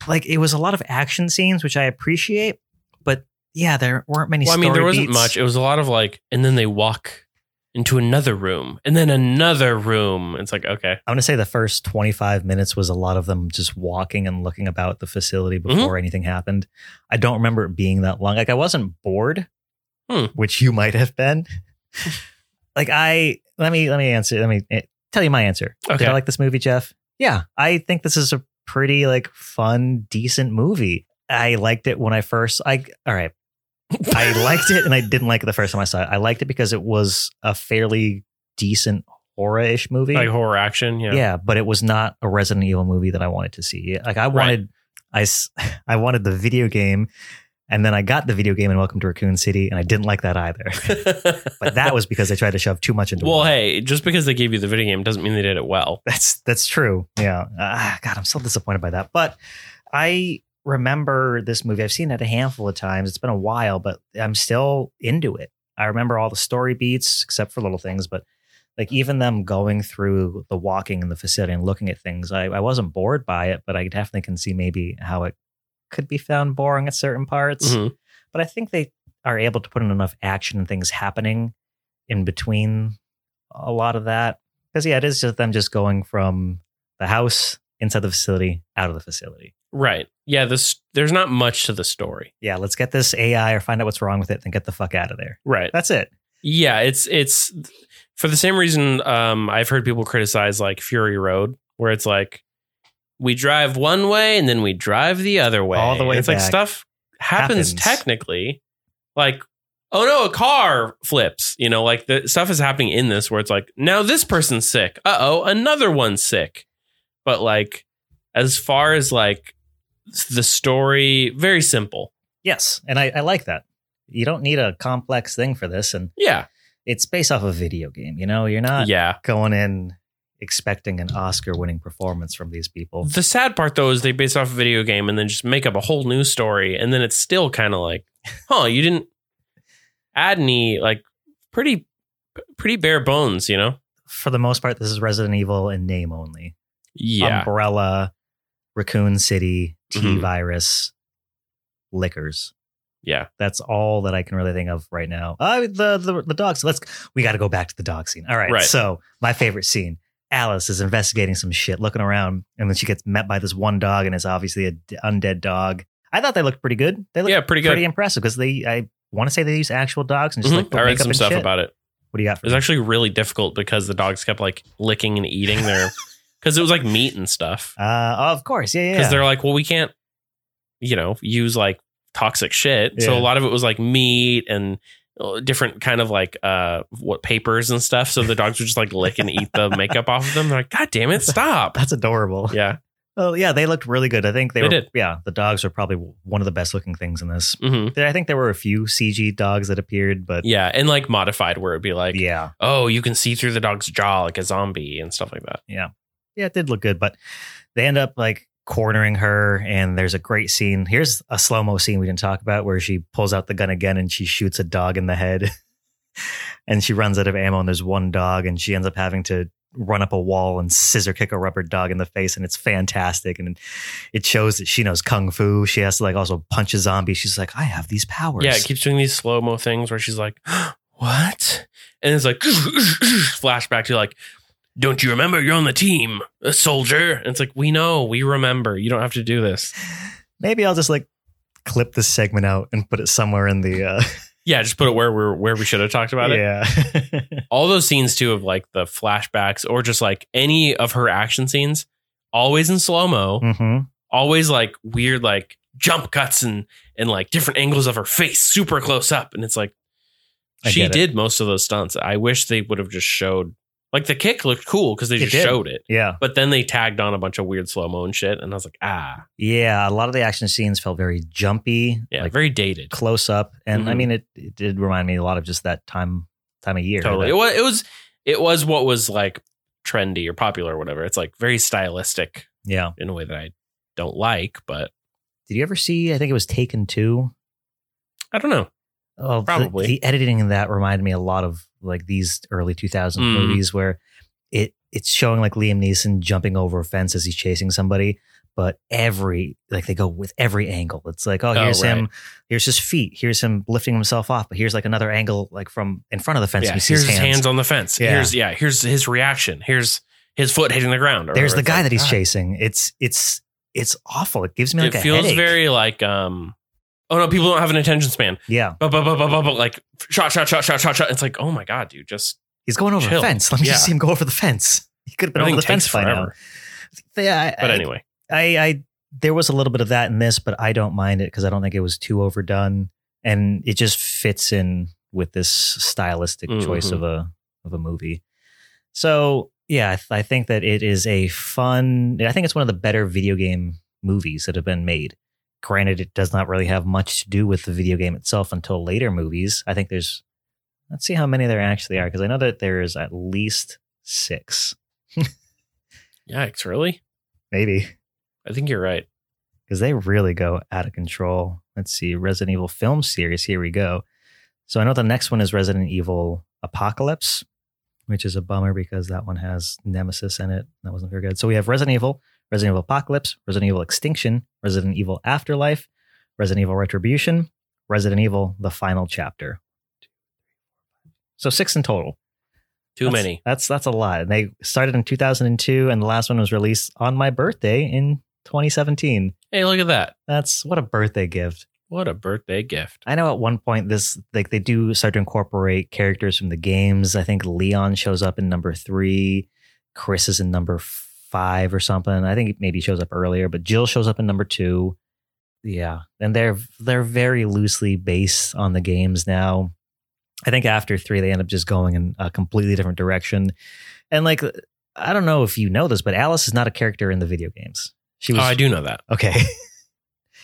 S3: like it was a lot of action scenes, which I appreciate, but yeah, there weren't many.
S1: Well, I mean,
S3: story
S1: there wasn't
S3: beats.
S1: much. It was a lot of like, and then they walk into another room, and then another room. It's like, okay,
S3: I'm gonna say the first 25 minutes was a lot of them just walking and looking about the facility
S1: Mm-hmm.
S3: before anything happened. I don't remember it being that long. Like I wasn't bored,
S1: Hmm.
S3: which you might have been. like I let me let me answer. Let me eh, tell you my answer.
S1: Okay.
S3: Did I like this movie, Jeff? Yeah, I think this is a pretty like fun, decent movie. I liked it when I first. I all right. I liked it and I didn't like it the first time I saw it. I liked it because it was a fairly decent horror-ish movie
S1: like horror action. Yeah.
S3: yeah. but it was not a Resident Evil movie that I wanted to see. Like I wanted, I s I wanted the video game, and then I got the video game in Welcome to Raccoon City, and I didn't like that either. but that was because they tried to shove too much into.
S1: well,
S3: one.
S1: hey, just because they gave you the video game doesn't mean they did it well.
S3: that's that's true. Yeah, ah, God, I'm so disappointed by that. But I remember this movie. I've seen it a handful of times. It's been a while, but I'm still into it. I remember all the story beats, except for little things, but like even them going through the walking in the facility and looking at things, I, I wasn't bored by it, but I definitely can see maybe how it could be found boring at certain parts.
S1: Mhm.
S3: But I think they are able to put in enough action and things happening in between a lot of that. Because yeah, it is just them just going from the house inside the facility out of the facility.
S1: Right. Yeah. This there's not much to the story.
S3: Yeah, let's get this AI or find out what's wrong with it, then get the fuck out of there.
S1: Right.
S3: That's it.
S1: Yeah, it's it's for the same reason um, I've heard people criticize like Fury Road, where it's like we drive one way and then we drive the other way.
S3: All the way
S1: It's like
S3: back.
S1: stuff happens,
S3: Happens.
S1: technically. Like, oh no, a car flips. You know, like the stuff is happening in this where it's like, now this person's sick. Uh oh, another one's sick. But like as far as like the story, very simple.
S3: Yes, and I, I like that. You don't need a complex thing for this, and
S1: Yeah.
S3: it's based off a video game. You know, you're not
S1: yeah.
S3: going in expecting an Oscar-winning performance from these people.
S1: The sad part though is they base off a video game and then just make up a whole new story, and then it's still kind of like, huh, you didn't add any like pretty pretty bare bones, you know?
S3: For the most part, this is Resident Evil in name only.
S1: Um,
S3: Umbrella, Raccoon City, T
S1: Mhm.
S3: Virus, Liquors.
S1: yeah,
S3: That's all that I can really think of right now. Uh, the, the the dog. So let's we got to go back to the dog scene. All right,
S1: Right.
S3: So my favorite scene. Alice is investigating some shit, looking around, and then she gets met by this one dog, and it's obviously a d- undead dog. I thought they looked pretty good. They looked
S1: yeah, pretty good.
S3: pretty impressive because they. I want to say they use actual dogs and just
S1: Mhm.
S3: like put
S1: I read
S3: makeup
S1: some
S3: and
S1: stuff
S3: shit.
S1: about it.
S3: What do you got?
S1: It
S3: For
S1: was
S3: me?
S1: actually really difficult because the dogs kept like licking and eating their because it was like meat and stuff.
S3: uh, oh, of course, yeah, yeah.
S1: Because
S3: yeah.
S1: they're like, well, we can't, you know, use like toxic shit. So
S3: Yeah.
S1: a lot of it was like meat and uh, different kind of like uh what papers and stuff. So the dogs would just like lick and eat the makeup off of them. They're like, God damn it, stop.
S3: That's adorable.
S1: Yeah.
S3: Oh yeah, they looked really good. I think they,
S1: They
S3: were.
S1: did.
S3: Yeah, the dogs were probably one of the best looking things in this.
S1: hmm
S3: There, I think there were a few CG dogs that appeared, but
S1: Yeah. And like modified where it'd be like,
S3: yeah,
S1: oh, you can see through the dog's jaw like a zombie and stuff like that.
S3: yeah, it did look good. But they end up like cornering her, and there's a great scene. Here's a slow mo scene we didn't talk about where she pulls out the gun again and she shoots a dog in the head, and she runs out of ammo, and there's one dog, and she ends up having to run up a wall and scissor kick a rubber dog in the face and it's fantastic and it shows that she knows kung fu she has to like also punch a zombie she's like i have these powers
S1: Yeah. It keeps doing these slow mo things where she's like, what? And it's like, flashback to like, don't you remember? You're on the team, a soldier. And it's like, we know, we remember. You don't have to do this.
S3: Maybe I'll just like clip this segment out and put it somewhere in the uh
S1: Yeah, just put it where we're where we should have talked about it.
S3: yeah.
S1: All those scenes too of like the flashbacks or just like any of her action scenes, always in slow mo,
S3: hmm
S1: always like weird like jump cuts and and like different angles of her face super close up, and it's like
S3: I
S1: she
S3: get it.
S1: did most of those stunts. I wish they would have just showed like the kick looked cool because they
S3: It
S1: just
S3: did.
S1: showed it,
S3: Yeah.
S1: but then they tagged on a bunch of weird slow mo and shit, and I was like, ah,
S3: Yeah, a lot of the action scenes felt very jumpy,
S1: yeah,
S3: like
S1: very dated.
S3: close up and I
S1: Mhm.
S3: mean it, it did remind me a lot of just that time time of year.
S1: Totally, it
S3: That-
S1: was it was it was what was like trendy or popular or whatever. It's like very stylistic.
S3: yeah.
S1: in a way that I don't like, but
S3: Did you ever see I think it was Taken 2?
S1: I don't know.
S3: Oh, the-
S1: Probably.
S3: The, editing in that reminded me a lot of like these early 2000
S1: Mm.
S3: movies where it it's showing like Liam Neeson jumping over a fence as he's chasing somebody, but every like they go with every angle. It's like, oh,
S1: Oh,
S3: here's
S1: right.
S3: him, here's his feet, here's him lifting himself off, but here's like another angle like from in front of the fence.
S1: Yeah,
S3: and you
S1: here's
S3: see his hands.
S1: on the fence.
S3: Yeah.
S1: Here's yeah, here's his reaction. Here's his foot hitting the ground. or
S3: There's
S1: whatever.
S3: the
S1: It's
S3: guy
S1: like,
S3: that he's
S1: God.
S3: chasing. It's it's it's awful. It gives me like
S1: it
S3: a
S1: feels
S3: headache.
S1: very like um oh no, people don't have an attention span.
S3: yeah.
S1: But but but but but like shot shot shot shot shot shot. It's like oh my god, dude, just
S3: He's going over
S1: Chill.
S3: a fence. Let me just
S1: Yeah.
S3: see him go over the fence. He could have been
S1: everything
S3: over the
S1: takes
S3: fence by now.
S1: forever.
S3: Yeah, I-
S1: But
S3: I-
S1: anyway,
S3: I, I there was a little bit of that in this, but I don't mind it because I don't think it was too overdone, and it just fits in with this stylistic choice
S1: Mhm.
S3: of a of a movie. So yeah, I, th- I think that it is a fun. I think it's one of the better video game movies that have been made. Granted, it does not really have much to do with the video game itself until later movies. I think there's. Let's see how many there actually are because I know that there is at least six,
S1: yikes, really?
S3: maybe.
S1: I think you're right.
S3: because they really go out of control. Let's see, Resident Evil film series. Here we go. So I know the next one is Resident Evil Apocalypse, which is a bummer because that one has Nemesis in it. That wasn't very good. So we have Resident Evil, Resident Evil Apocalypse, Resident Evil Extinction, Resident Evil Afterlife, Resident Evil Retribution, Resident Evil The Final Chapter. So six in total.
S1: Too
S3: That's-
S1: many.
S3: That's that's a lot. And they started in 2002, and the last one was released on my birthday in 2017.
S1: Hey, look at that.
S3: That's what a birthday gift.
S1: What a birthday gift.
S3: I know at one point this like they do start to incorporate characters from the games. I think Leon shows up in number three, Chris is in number five or something. I think it maybe shows up earlier, but Jill shows up in number two. Yeah, and they're they're very loosely based on the games now. I think after three they end up just going in a completely different direction, and like I don't know if you know this, but Alice is not a character in the video games. She
S1: Oh,
S3: was
S1: I do know that.
S3: okay.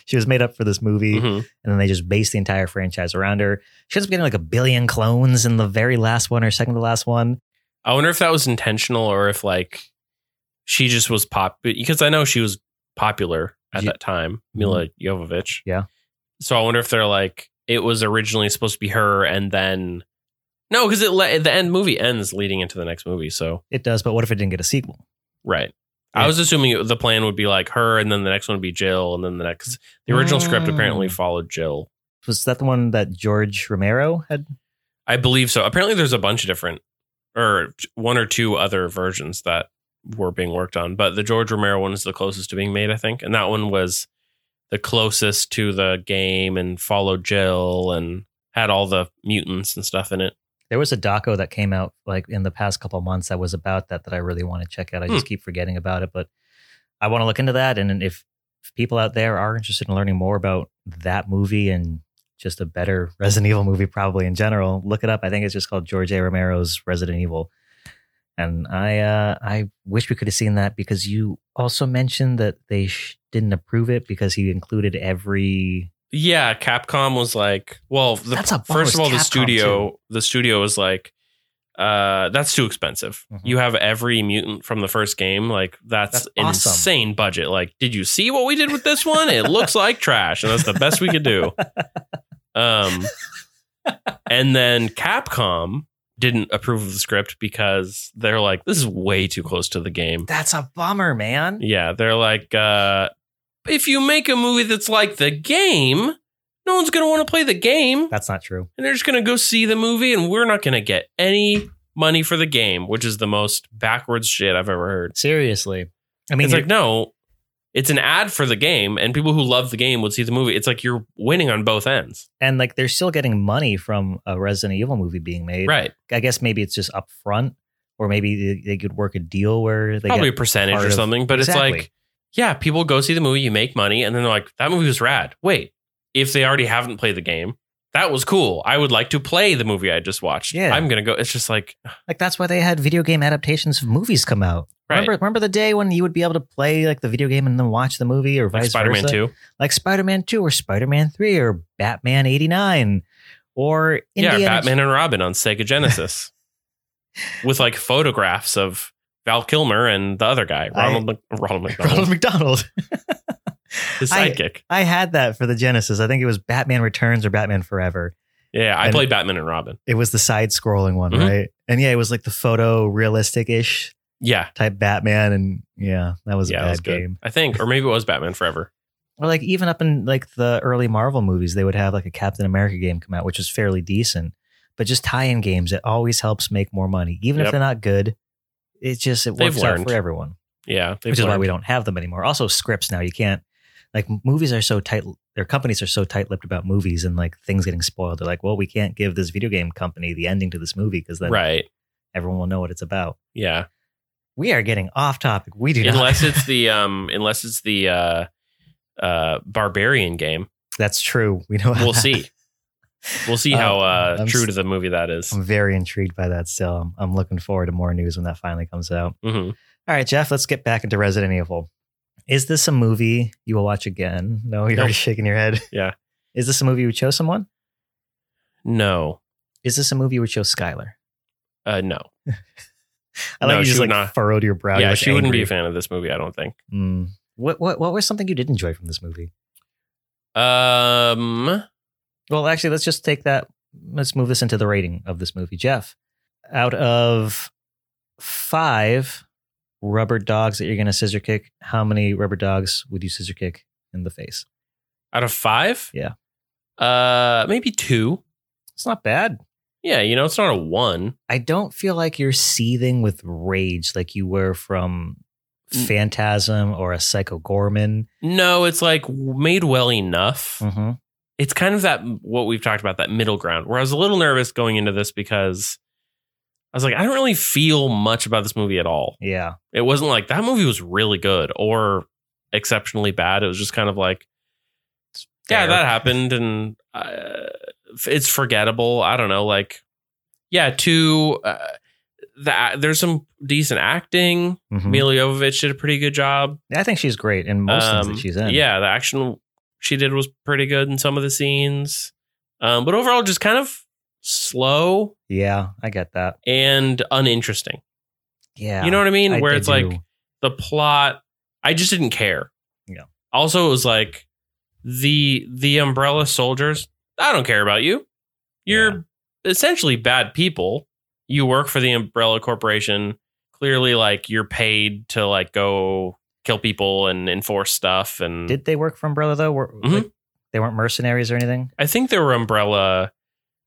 S3: she was made up for this movie
S1: Mhm.
S3: and then they just base the entire franchise around her. She ends up getting like a billion clones in the very last one or second to last one.
S1: I wonder if that was intentional or if like she just was pop because I know she was popular at
S3: Ye- Mm-hmm.
S1: that time, Mila Jovovich.
S3: Yeah.
S1: So I wonder if they're like it was originally supposed to be her and then no, because it le- the end movie ends leading into the next movie. So
S3: It does, but what if it didn't get a sequel?
S1: right.
S3: Yeah.
S1: I was assuming it, the plan would be like her, and then the next one would be Jill, and then the next. 'cause The original script
S3: Mm.
S1: apparently followed Jill.
S3: Was that the one that George Romero had?
S1: I believe so. Apparently, there's a bunch of different, or one or two other versions that were being worked on, but the George Romero one is the closest to being made, I think, and that one was the closest to the game and followed Jill and had all the mutants and stuff in it.
S3: There was a doco that came out like in the past couple of months that was about that that I really want to check out. I just keep forgetting about it, but I want to look into that. And if, if people out there are interested in learning more about that movie and just a better Resident Evil movie, probably in general, look it up. I think it's just called George A. Romero's Resident Evil. And I, uh, I wish we could have seen that because you also mentioned that they sh- didn't approve it because he included every.
S1: Yeah, Capcom was like, well, the,
S3: That's a bummer
S1: first
S3: it's
S1: of all, the
S3: Capcom,
S1: studio, the studio was like, uh, that's too expensive.
S3: Mhm.
S1: You have every mutant from the first game, like that's,
S3: That's
S1: an
S3: awesome.
S1: insane budget. Like, did you see what we did with this one? It looks like trash, and that's the best we could do. Um, and then Capcom didn't approve of the script because they're like, this is way too close to the game.
S3: That's a bummer, man.
S1: Yeah, they're like, uh, if you make a movie that's like the game, no one's going to want to play the game.
S3: That's not true.
S1: And they're just going to go see the movie, and we're not going to get any money for the game, which is the most backwards shit I've ever heard.
S3: Seriously. I mean,
S1: It's
S3: you're-
S1: like, no, it's an ad for the game, and people who love the game would see the movie. It's like you're winning on both ends.
S3: and like they're still getting money from a Resident Evil movie being made.
S1: Right.
S3: I guess maybe it's just upfront, or maybe they, they could work a deal where they
S1: Probably a
S3: get
S1: percentage
S3: part
S1: or
S3: of-
S1: something, but
S3: Exactly.
S1: it's like, yeah, people go see the movie, you make money, and then they're like, that movie was rad. Wait, if they already haven't played the game, that was cool. I would like to play the movie I just watched.
S3: Yeah.
S1: I'm gonna go. It's just like
S3: like that's why they had video game adaptations of movies come out.
S1: Right.
S3: Remember, remember the day when you would be able to play like the video game and then watch the movie, or
S1: like
S3: vice
S1: Spider-Man
S3: versa?
S1: 2.
S3: like Spider Man Two, or Spider Man Three, or Batman eighty nine, or Indiana.
S1: yeah, Batman and Robin on Sega Genesis. with like photographs of Val Kilmer and the other guy,
S3: I-
S1: Ronald, Mc- Ronald McDonald,
S3: Ronald McDonald.
S1: his
S3: I-
S1: sidekick.
S3: I had that for the Genesis. I think it was Batman Returns or Batman Forever.
S1: yeah, I
S3: and-
S1: played Batman and Robin.
S3: It was the side scrolling one,
S1: Mhm.
S3: right? And yeah, it was like the photo realistic ish
S1: Yeah,
S3: type Batman. And yeah, that was
S1: yeah,
S3: a
S1: that
S3: bad
S1: was good.
S3: game.
S1: I think, or maybe it was Batman Forever.
S3: Or like even up in like the early Marvel movies, they would have like a Captain America game come out, which was fairly decent. But just tie in games, it always helps make more money. Even if
S1: Yep.
S3: they're not good, it just it
S1: They've
S3: works out
S1: learned.
S3: for everyone.
S1: Yeah, they've
S3: Which is why
S1: learned.
S3: we don't have them anymore. Also scripts now. You can't like movies are so tight their companies are so tight lipped about movies and like things getting spoiled. They're like, well, we can't give this video game company the ending to this movie because then
S1: right.
S3: everyone will know what it's about.
S1: Yeah,
S3: We are getting off topic. We do
S1: unless
S3: not.
S1: it's the um, unless it's the uh, uh, Barbarian game.
S3: That's true. We know.
S1: We'll see. We'll see how
S3: Uh,
S1: uh,
S3: I'm
S1: true
S3: s-
S1: to the movie that is.
S3: I'm very intrigued by that. Still, I'm, I'm looking forward to more news when that finally comes out.
S1: Mhm.
S3: All right, Jeff. Let's get back into Resident Evil. Is this a movie you will watch again? No, you're
S1: Nope.
S3: already shaking your head.
S1: Yeah.
S3: Is this a movie you would show someone?
S1: No,
S3: Is this a movie you would show Skylar?
S1: uh, no.
S3: I
S1: No,
S3: like you
S1: she
S3: just
S1: would
S3: like
S1: not.
S3: furrowed your brow. You
S1: yeah,
S3: looked
S1: she wouldn't be a
S3: angry.
S1: fan of this movie. I don't think.
S3: Mm. What what what was something you did enjoy from this movie?
S1: Um,
S3: Well, actually, let's just take that. Let's move this into the rating of this movie. Jeff, out of five rubber dogs that you're going to scissor kick, how many rubber dogs would you scissor kick in the face?
S1: out of five,
S3: Yeah.
S1: uh, maybe two.
S3: It's not bad.
S1: Yeah, you know, it's not a one.
S3: I don't feel like you're seething with rage like you were from
S1: Mm.
S3: Phantasm or a Psycho Gorman.
S1: No, it's like made well enough.
S3: Mm-hmm.
S1: it's kind of that what we've talked about that middle ground where I was a little nervous going into this because I was like I don't really feel much about this movie at all.
S3: Yeah.
S1: It wasn't like that movie was really good or exceptionally bad. It was just kind of like yeah,
S3: Fair.
S1: that happened and uh, it's forgettable. I don't know like yeah, two uh, the, there's some decent acting.
S3: Mhm.
S1: Mila Jovovich did a pretty good job.
S3: I think she's great in most things
S1: Um,
S3: that she's in.
S1: Yeah, the action she did was pretty good in some of the scenes, um, but overall, just kind of slow
S3: Yeah. I get that.
S1: and uninteresting.
S3: Yeah.
S1: You know what I mean?
S3: I-
S1: Where
S3: I
S1: it's like
S3: do.
S1: the plot, I just didn't care.
S3: Yeah.
S1: Also, it was like the the Umbrella Soldiers. I don't care about you. You're essentially bad people. You work for the Umbrella Corporation. Clearly, like you're paid to like go kill people and enforce stuff. And
S3: Did they work for Umbrella though? Were,
S1: Mhm.
S3: like, they weren't mercenaries or anything.
S1: I think they were Umbrella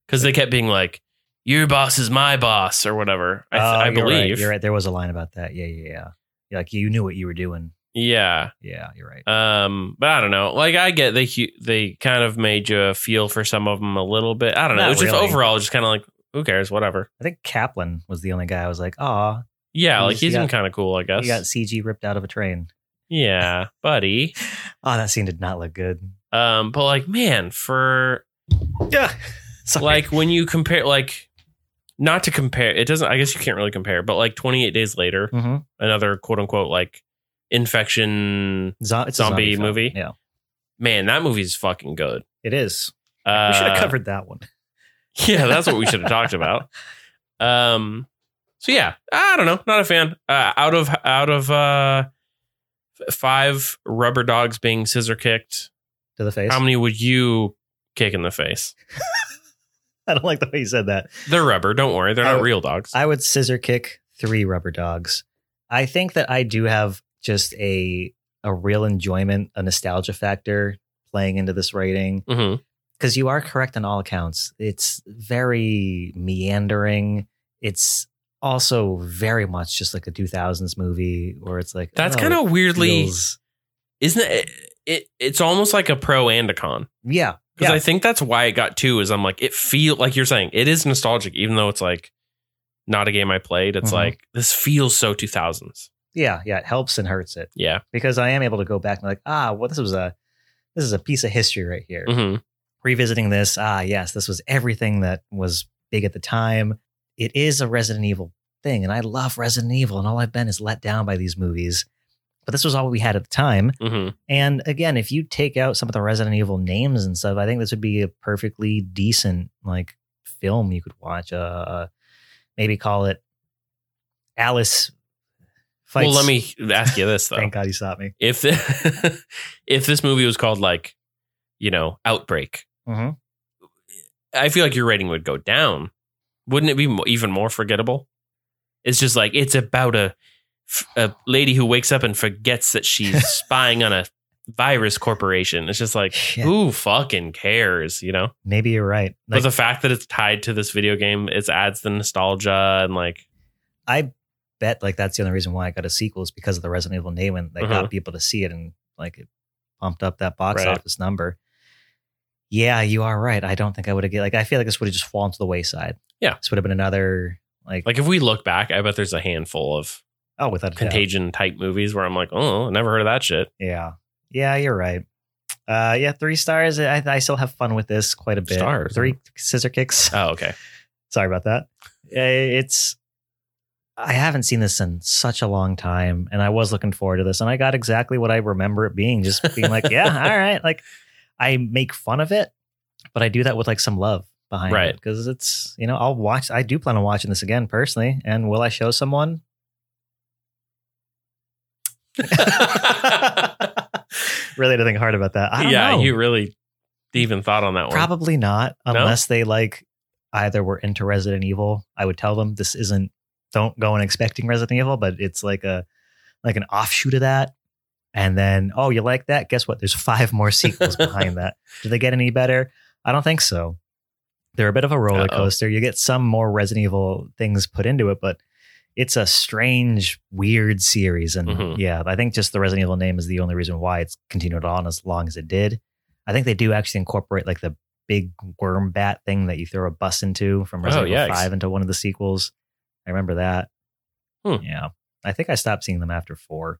S1: because they kept being like, "Your boss is my boss" or whatever. I, th-
S3: Oh,
S1: I
S3: you're right,
S1: believe.
S3: you're right. There was a line about that. Yeah, yeah, yeah. You're Like you knew what you were doing.
S1: Yeah.
S3: Yeah, you're right.
S1: Um. But I don't know. Like I get they hu- they kind of made you feel for some of them a little bit. I don't know.
S3: Not
S1: it was just
S3: really.
S1: overall just kind of like who cares, whatever.
S3: I think Kaplan was the only guy I was like, "Aw,
S1: Yeah.
S3: He
S1: Like
S3: just
S1: he's been
S3: got-
S1: kind of cool, I guess.
S3: he got CG ripped out of a train."
S1: yeah, buddy.
S3: Oh, that scene did not look good.
S1: Um. But like, man, for
S3: Yeah, Sorry.
S1: like when you compare, like. Not to compare, it doesn't. I guess you can't really compare, but like 28 days later,
S3: Mhm.
S1: another quote unquote like infection
S3: Zo- it's a
S1: Zombie
S3: film.
S1: movie?
S3: Yeah,
S1: man, that movie's fucking good.
S3: it is.
S1: Uh,
S3: We should have covered that one.
S1: Yeah, that's what we should have talked about. Um, so yeah, I don't know, not a fan. Uh, out of out of uh, f- five rubber dogs being scissor kicked,
S3: to the face.
S1: how many would you kick in the face?
S3: I don't like the way you said that.
S1: They're rubber. Don't worry, they're not
S3: I-
S1: real dogs.
S3: I would scissor kick three rubber dogs. I think that I do have just a a real enjoyment, a nostalgia factor playing into this rating.
S1: hmm
S3: because you are correct on all accounts. It's very meandering. It's also very much just like a 2000s movie where it's like
S1: That's
S3: oh,
S1: kind of
S3: it
S1: weirdly,
S3: feels-
S1: isn't it? It it's almost like a pro and a con.
S3: yeah
S1: Because
S3: yeah
S1: I think that's why it got two. Is I'm like it feel like you're saying it is nostalgic, even though it's like not a game I played. It's
S3: Mhm.
S1: like this feels so 2000s.
S3: yeah yeah it helps and hurts it
S1: Yeah.
S3: because I am able to go back and be like ah well this was a this is a piece of history right here
S1: hmm
S3: revisiting this ah yes this was everything that was big at the time it is a Resident Evil thing and I love Resident Evil and all I've been is let down by these movies but this was all we had at the time
S1: hmm
S3: And again, if you take out some of the Resident Evil names and stuff, I think this would be a perfectly decent like film you could watch. Uh, Uh, maybe call it Alice. Fights.
S1: Well, let me ask you this though:
S3: Thank God you stopped me.
S1: if the, if this movie was called like, you know, Outbreak,
S3: Mhm.
S1: I feel like your rating would go down. Wouldn't it be mo- even more forgettable? It's just like it's about a f- a lady who wakes up and forgets that she's spying on a virus corporation. It's just like
S3: Shit.
S1: who fucking cares, you know?
S3: Maybe you're right.
S1: but
S3: Like,
S1: the fact that it's tied to this video game, it adds the nostalgia and like
S3: I bet like that's the only reason why I got a sequel is because of the Resident Evil name and they
S1: Uh-huh.
S3: got people to see it and like it pumped up that box
S1: Right.
S3: office number. Yeah, you are right. I don't think I would have get like I feel like this would have just fallen to the wayside.
S1: Yeah.
S3: this would have been another like,
S1: like if we look back, I bet there's a handful of
S3: oh without a doubt.
S1: contagion type movies where I'm like, oh, I never heard of that shit.
S3: Yeah. Yeah, you're right. Uh, yeah, three stars. I, I still have fun with this quite a bit.
S1: Stars,
S3: Three scissor kicks.
S1: Oh, okay.
S3: Sorry about that. Uh, It's. I haven't seen this in such a long time, and I was looking forward to this, and I got exactly what I remember it being. Just being like, yeah, all right. Like, I make fun of it, but I do that with like some love behind
S1: Right.
S3: it because it's you know I'll watch. I do plan on watching this again personally, and will I show someone? Really, had to think hard about that. I don't
S1: yeah,
S3: know.
S1: you really even thought on that one.
S3: Probably not,
S1: No?
S3: unless they like either were into Resident Evil. I would tell them this isn't. Don't go in expecting Resident Evil, but it's like a like an offshoot of that. And then, oh, you like that? Guess what? There's five more sequels behind that. Do they get any better? I don't think so. They're a bit of a roller
S1: Uh-oh.
S3: coaster. You get some more Resident Evil things put into it, but it's a strange, weird series. And
S1: Mhm.
S3: yeah, I think just the Resident Evil name is the only reason why it's continued on as long as it did. I think they do actually incorporate like the big worm bat thing that you throw a bus into from
S1: Oh,
S3: Resident Evil
S1: yikes.
S3: 5 into one of the sequels. I remember that.
S1: Hmm.
S3: Yeah. I think I stopped seeing them after four.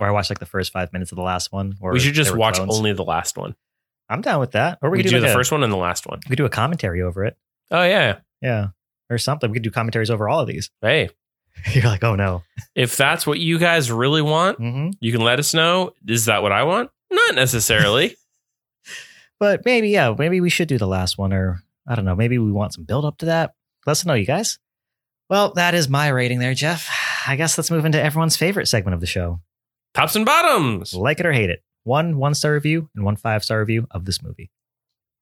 S3: Or I watched like the first five minutes of the last one. Or
S1: we should
S3: they
S1: just
S3: were
S1: watch
S3: clones.
S1: only the last one.
S3: I'm down with that. Or
S1: We,
S3: we, could
S1: do
S3: like
S1: the
S3: a-
S1: first one and the last one.
S3: We could do a commentary over it.
S1: Oh yeah.
S3: Yeah. Or something. We could do commentaries over all of these.
S1: Hey,
S3: You're like, oh no.
S1: if that's what you guys really want,
S3: Mm-hmm.
S1: you can let us know. Is that what I want? Not necessarily.
S3: But maybe, yeah, maybe we should do the last one, or I don't know. Maybe we want some build up to that. Let us know, you guys. Well, that is my rating there, Jeff. I guess let's move into everyone's favorite segment of the show
S1: Tops and bottoms.
S3: like it or hate it. One one star review and one five star review of this movie.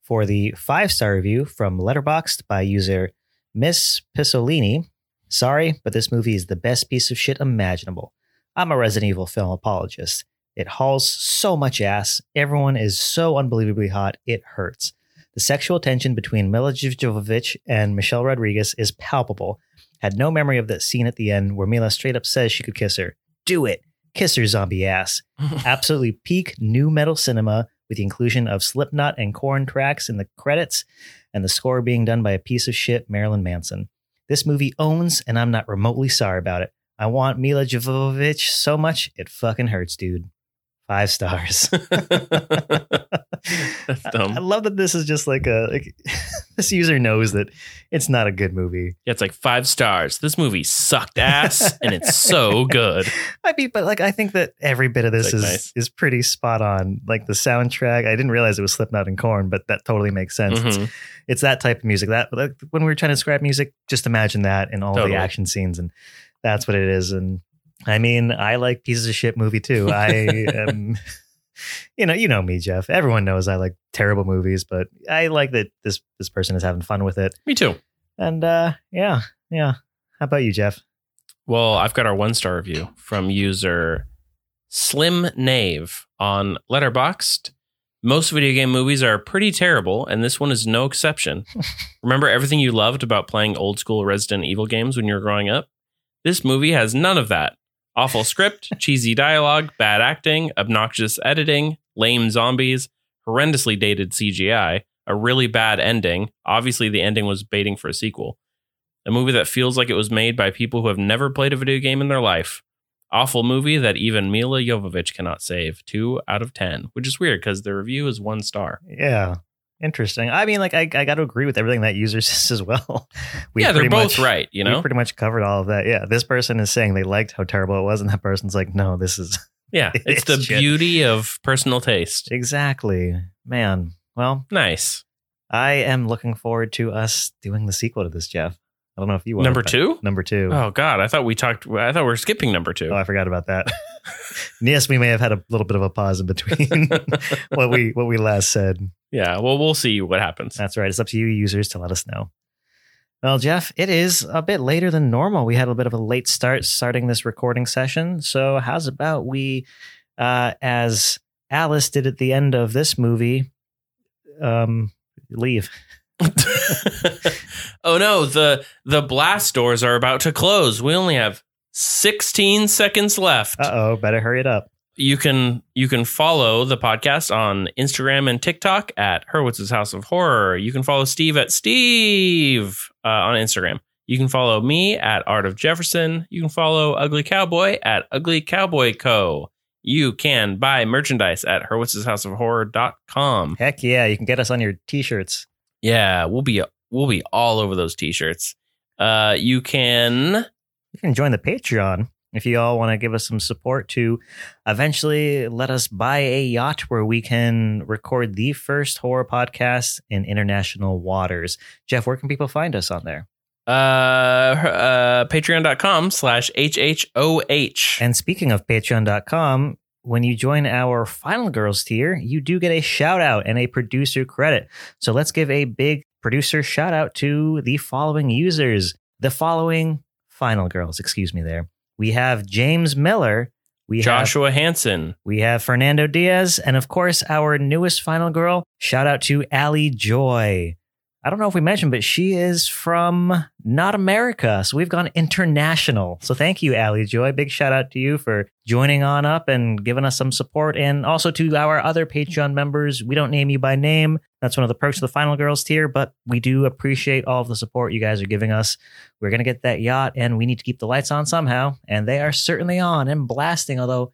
S3: For the five star review from Letterboxd by user Miss Pisolini, sorry, but this movie is the best piece of shit imaginable. I'm a Resident Evil film apologist. It hauls so much ass. Everyone is so unbelievably hot, it hurts. The sexual tension between Mila Jovovich and Michelle Rodriguez is palpable. Had no memory of that scene at the end where Mila straight up says she could kiss her. Do it. Kiss her zombie ass absolutely peak new metal cinema with the inclusion of Slipknot and Korn tracks in the credits and the score being done by a piece of shit Marilyn Manson. This movie owns, and I'm not remotely sorry about it. I want Mila Jovovich so much it fucking hurts, dude. Five stars.
S1: That's dumb.
S3: I, I love that this is just like a like, this user knows that it's not a good movie.
S1: Yeah, it's like five stars. This movie sucked ass, and it's so good.
S3: I mean, but like I think that every bit of this
S1: It's, like,
S3: is
S1: nice.
S3: is pretty spot on. Like the soundtrack, I didn't realize it was Slipknot and Corn, but that totally makes sense. It's,
S1: Mhm.
S3: it's that type of music. That like, when we were trying to describe music, just imagine that in all
S1: Totally.
S3: the action scenes, and that's what it is. And I mean, I like pieces of shit movie too. I am. You know, you know me, Jeff. Everyone knows I like terrible movies, but I like that this this person is having fun with it.
S1: Me too.
S3: And uh yeah, yeah. How about you, Jeff?
S1: Well, I've got our one star review from user Slim Knave on Letterboxd. Most video game movies are pretty terrible, and this one is no exception. Remember everything you loved about playing old school Resident Evil games when you were growing up? This movie has none of that. Awful script, cheesy dialogue, bad acting, obnoxious editing, lame zombies, horrendously dated CGI, a really bad ending. Obviously, the ending was baiting for a sequel. A movie that feels like it was made by people who have never played a video game in their life. Awful movie that even Mila Jovovich cannot save. Two out of ten, which is weird because the review is one star.
S3: Yeah. Interesting. I mean, like, I, I got to agree with everything that user says as well. We
S1: yeah, they're
S3: pretty
S1: both
S3: much-
S1: right. You
S3: we
S1: know,
S3: pretty much covered all of that. Yeah. This person is saying they liked how terrible it was, and that person's like, no, this is
S1: yeah, it's,
S3: it's
S1: the
S3: shit.
S1: beauty of personal taste.
S3: exactly, man. Well,
S1: Nice.
S3: I am looking forward to us doing the sequel to this, Jeff. I don't know if you are,
S1: Number
S3: but-
S1: two?
S3: Number two. Uh, Oh.
S1: Oh God, I thought we talked. I thought we were skipping number two.
S3: I forgot about that. yes, we may have had a little bit of a pause in between what we what we last said.
S1: yeah. Well, we'll see what happens.
S3: That's right. It's up to you users to let us know. Well, Jeff, it is a bit later than normal. We had a bit of a late start starting this recording session. So, how's about we, uh, as Alice did at the end of this movie, um, leave?
S1: oh no the the blast doors are about to close. We only have sixteen seconds left.
S3: Uh oh, better hurry it up.
S1: you can you can follow the podcast on Instagram and TikTok at Hurwitz's House of Horror. You can follow Steve at Steve uh, on Instagram. You can follow me at Art of Jefferson. You can follow Ugly Cowboy at Ugly Cowboy Co. You can buy merchandise at Hurwitz's House of Horror.com.
S3: Heck yeah, you can get us on your t shirts.
S1: Yeah, we'll be we'll be all over those t-shirts. Uh, you can
S3: You can join the Patreon if you all want to give us some support to eventually let us buy a yacht where we can record the first horror podcast in international waters. Jeff, where can people find us on there?
S1: uh, uh patreon.com slash HHOH.
S3: And speaking of patreon.com, when you join our final girls tier, you do get a shout out and a producer credit. So let's give a big producer shout out to the following users, the following final girls, excuse me there. We have James Miller, we have
S1: Joshua Hansen.
S3: We have Fernando Diaz, and of course, our newest final girl. Shout out to Allie Joy. I don't know if we mentioned, but she is from not America. So we've gone international. So thank you, Allie Joy. Big shout out to you for joining on up and giving us some support. And also to our other Patreon members. We don't name you by name. That's one of the perks of the Final Girls tier, but we do appreciate all of the support you guys are giving us. We're going to get that yacht and we need to keep the lights on somehow. And they are certainly on and blasting, although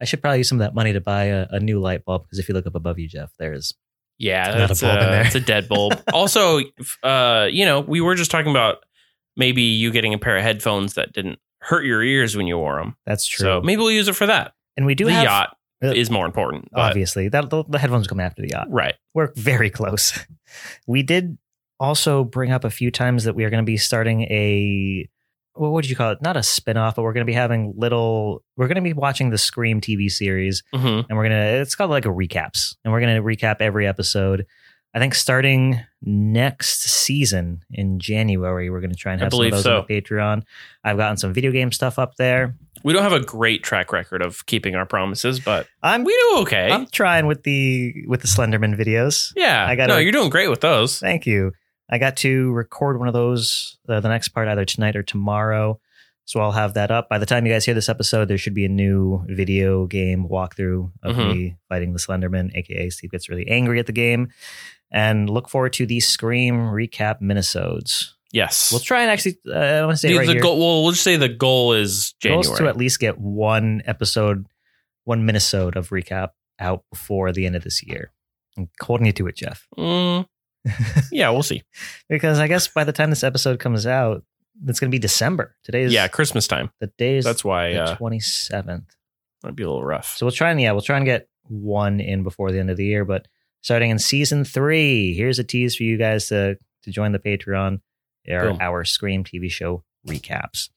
S3: I should probably use some of that money to buy a, a new light bulb because if you look up above you, Jeff, there's
S1: Yeah,
S3: Not a
S1: that's
S3: bulb in
S1: a,
S3: there.
S1: it's a dead bulb. also, f- uh, you know, we were just talking about maybe you getting a pair of headphones that didn't hurt your ears when you wore them.
S3: that's true.
S1: So maybe we'll use it for that.
S3: and we do
S1: the
S3: have
S1: yacht
S3: Uh,
S1: is more important. But,
S3: obviously that the, the headphones come after the yacht.
S1: Right.
S3: We're very close. We did also bring up a few times that we are going to be starting a what would you call it? Not a spin-off, but we're going to be having little we're going to be watching the Scream TV series
S1: hmm
S3: and we're gonna it's called like a recaps and we're gonna recap every episode i think starting next season in january we're gonna try and
S1: I
S3: have some of
S1: believe
S3: those
S1: so.
S3: on the patreon i've gotten some video game stuff up there
S1: We don't have a great track record of keeping our promises, but
S3: i'm
S1: we do okay.
S3: i'm trying with the with the slenderman videos
S1: yeah.
S3: Um, I gotta-
S1: no, you're doing great with those.
S3: thank you i got to record one of those uh, the next part either tonight or tomorrow so i'll have that up by the time you guys hear this episode there should be a new video game walkthrough of
S1: Mhm.
S3: me fighting the slenderman aka steve gets really angry at the game and look forward to the scream recap minisodes
S1: Yes.
S3: we'll try and actually uh, i want to say it
S1: the,
S3: right
S1: the
S3: here.
S1: goal, well, we'll just say the goal is
S3: Goal
S1: January.
S3: is to at least get one episode one minisode of recap out before the end of this year i'm holding you to it jeff
S1: Mm, yeah, we'll see.
S3: because I guess by the time this episode comes out, it's going to be December. Today is
S1: Yeah, Christmas time.
S3: the day is
S1: That's why
S3: the
S1: uh,
S3: twenty seventh.
S1: might be a little rough.
S3: So we'll try and yeah, we'll try and get one in before the end of the year. But starting in season three, here's a tease for you guys to to join the Patreon. Our
S1: Boom.
S3: our Scream TV show recaps.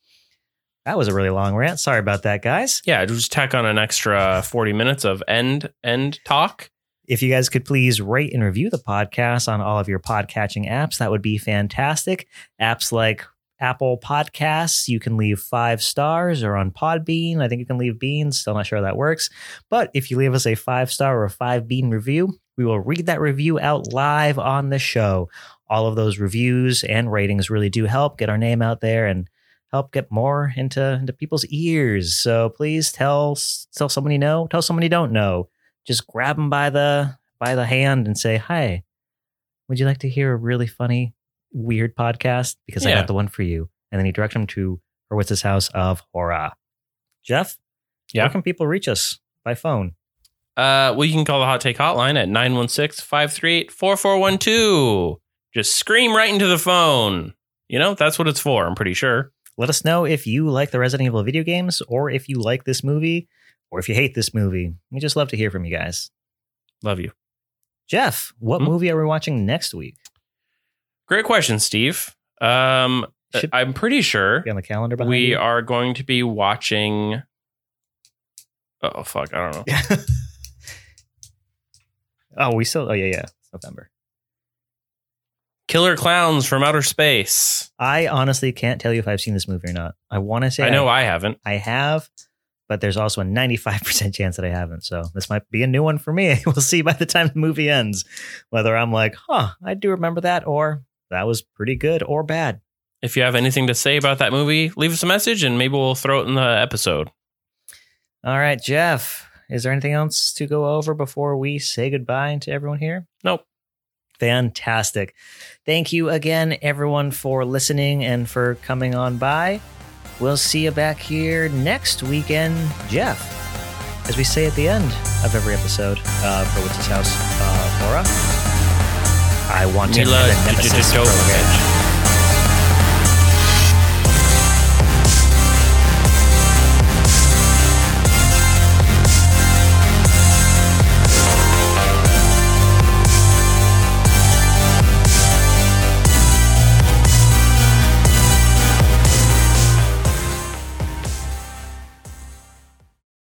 S3: That was a really long rant. Sorry about that, guys.
S1: Yeah, just tack on an extra 40 minutes of end end talk.
S3: If you guys could please rate and review the podcast on all of your podcatching apps, that would be fantastic. Apps like Apple Podcasts, you can leave five stars, or on Podbean, I think you can leave beans. Still not sure how that works. But if you leave us a five star or a five bean review, we will read that review out live on the show. All of those reviews and ratings really do help get our name out there and help get more into, into people's ears. So please tell tell someone you know, tell someone you don't know just grab them by the by the hand and say, "Hi, would you like to hear a really funny, weird podcast? Because I
S1: Yeah.
S3: got the one for you." And then you direct them to or what's his house of horror. Jeff,
S1: Yeah.
S3: where can people reach us by phone?
S1: Uh, well, you can call the Hot Take Hotline at 916 538 4412. Just scream right into the phone. You know, that's what it's for, I'm pretty sure.
S3: Let us know if you like the Resident Evil video games, or if you like this movie, or if you hate this movie. We just love to hear from you guys.
S1: Love you.
S3: Jeff, what
S1: Hmm?
S3: movie are we watching next week?
S1: Great question, Steve. Um,
S3: Should-
S1: I'm pretty sure
S3: Be on the calendar behind
S1: we
S3: you?
S1: are going to be watching. Oh, fuck. I don't know.
S3: oh, we still. Oh yeah, yeah. It's November.
S1: Killer Clowns from Outer Space.
S3: I honestly can't tell you if I've seen this movie or not. I want to say
S1: I know I haven't.
S3: I have, but there's also a 95% chance that I haven't. So this might be a new one for me. we'll see by the time the movie ends whether I'm like, huh, I do remember that, or that was pretty good or bad.
S1: If you have anything to say about that movie, leave us a message and maybe we'll throw it in the episode.
S3: All right, Jeff, is there anything else to go over before we say goodbye to everyone here?
S1: Nope.
S3: Fantastic. Thank you again, everyone, for listening and for coming on by. We'll see you back here next weekend, Jeff, as we say at the end of every episode uh, for Witch's House uh, Laura. I want
S1: Mila
S3: to.
S1: Jovovich.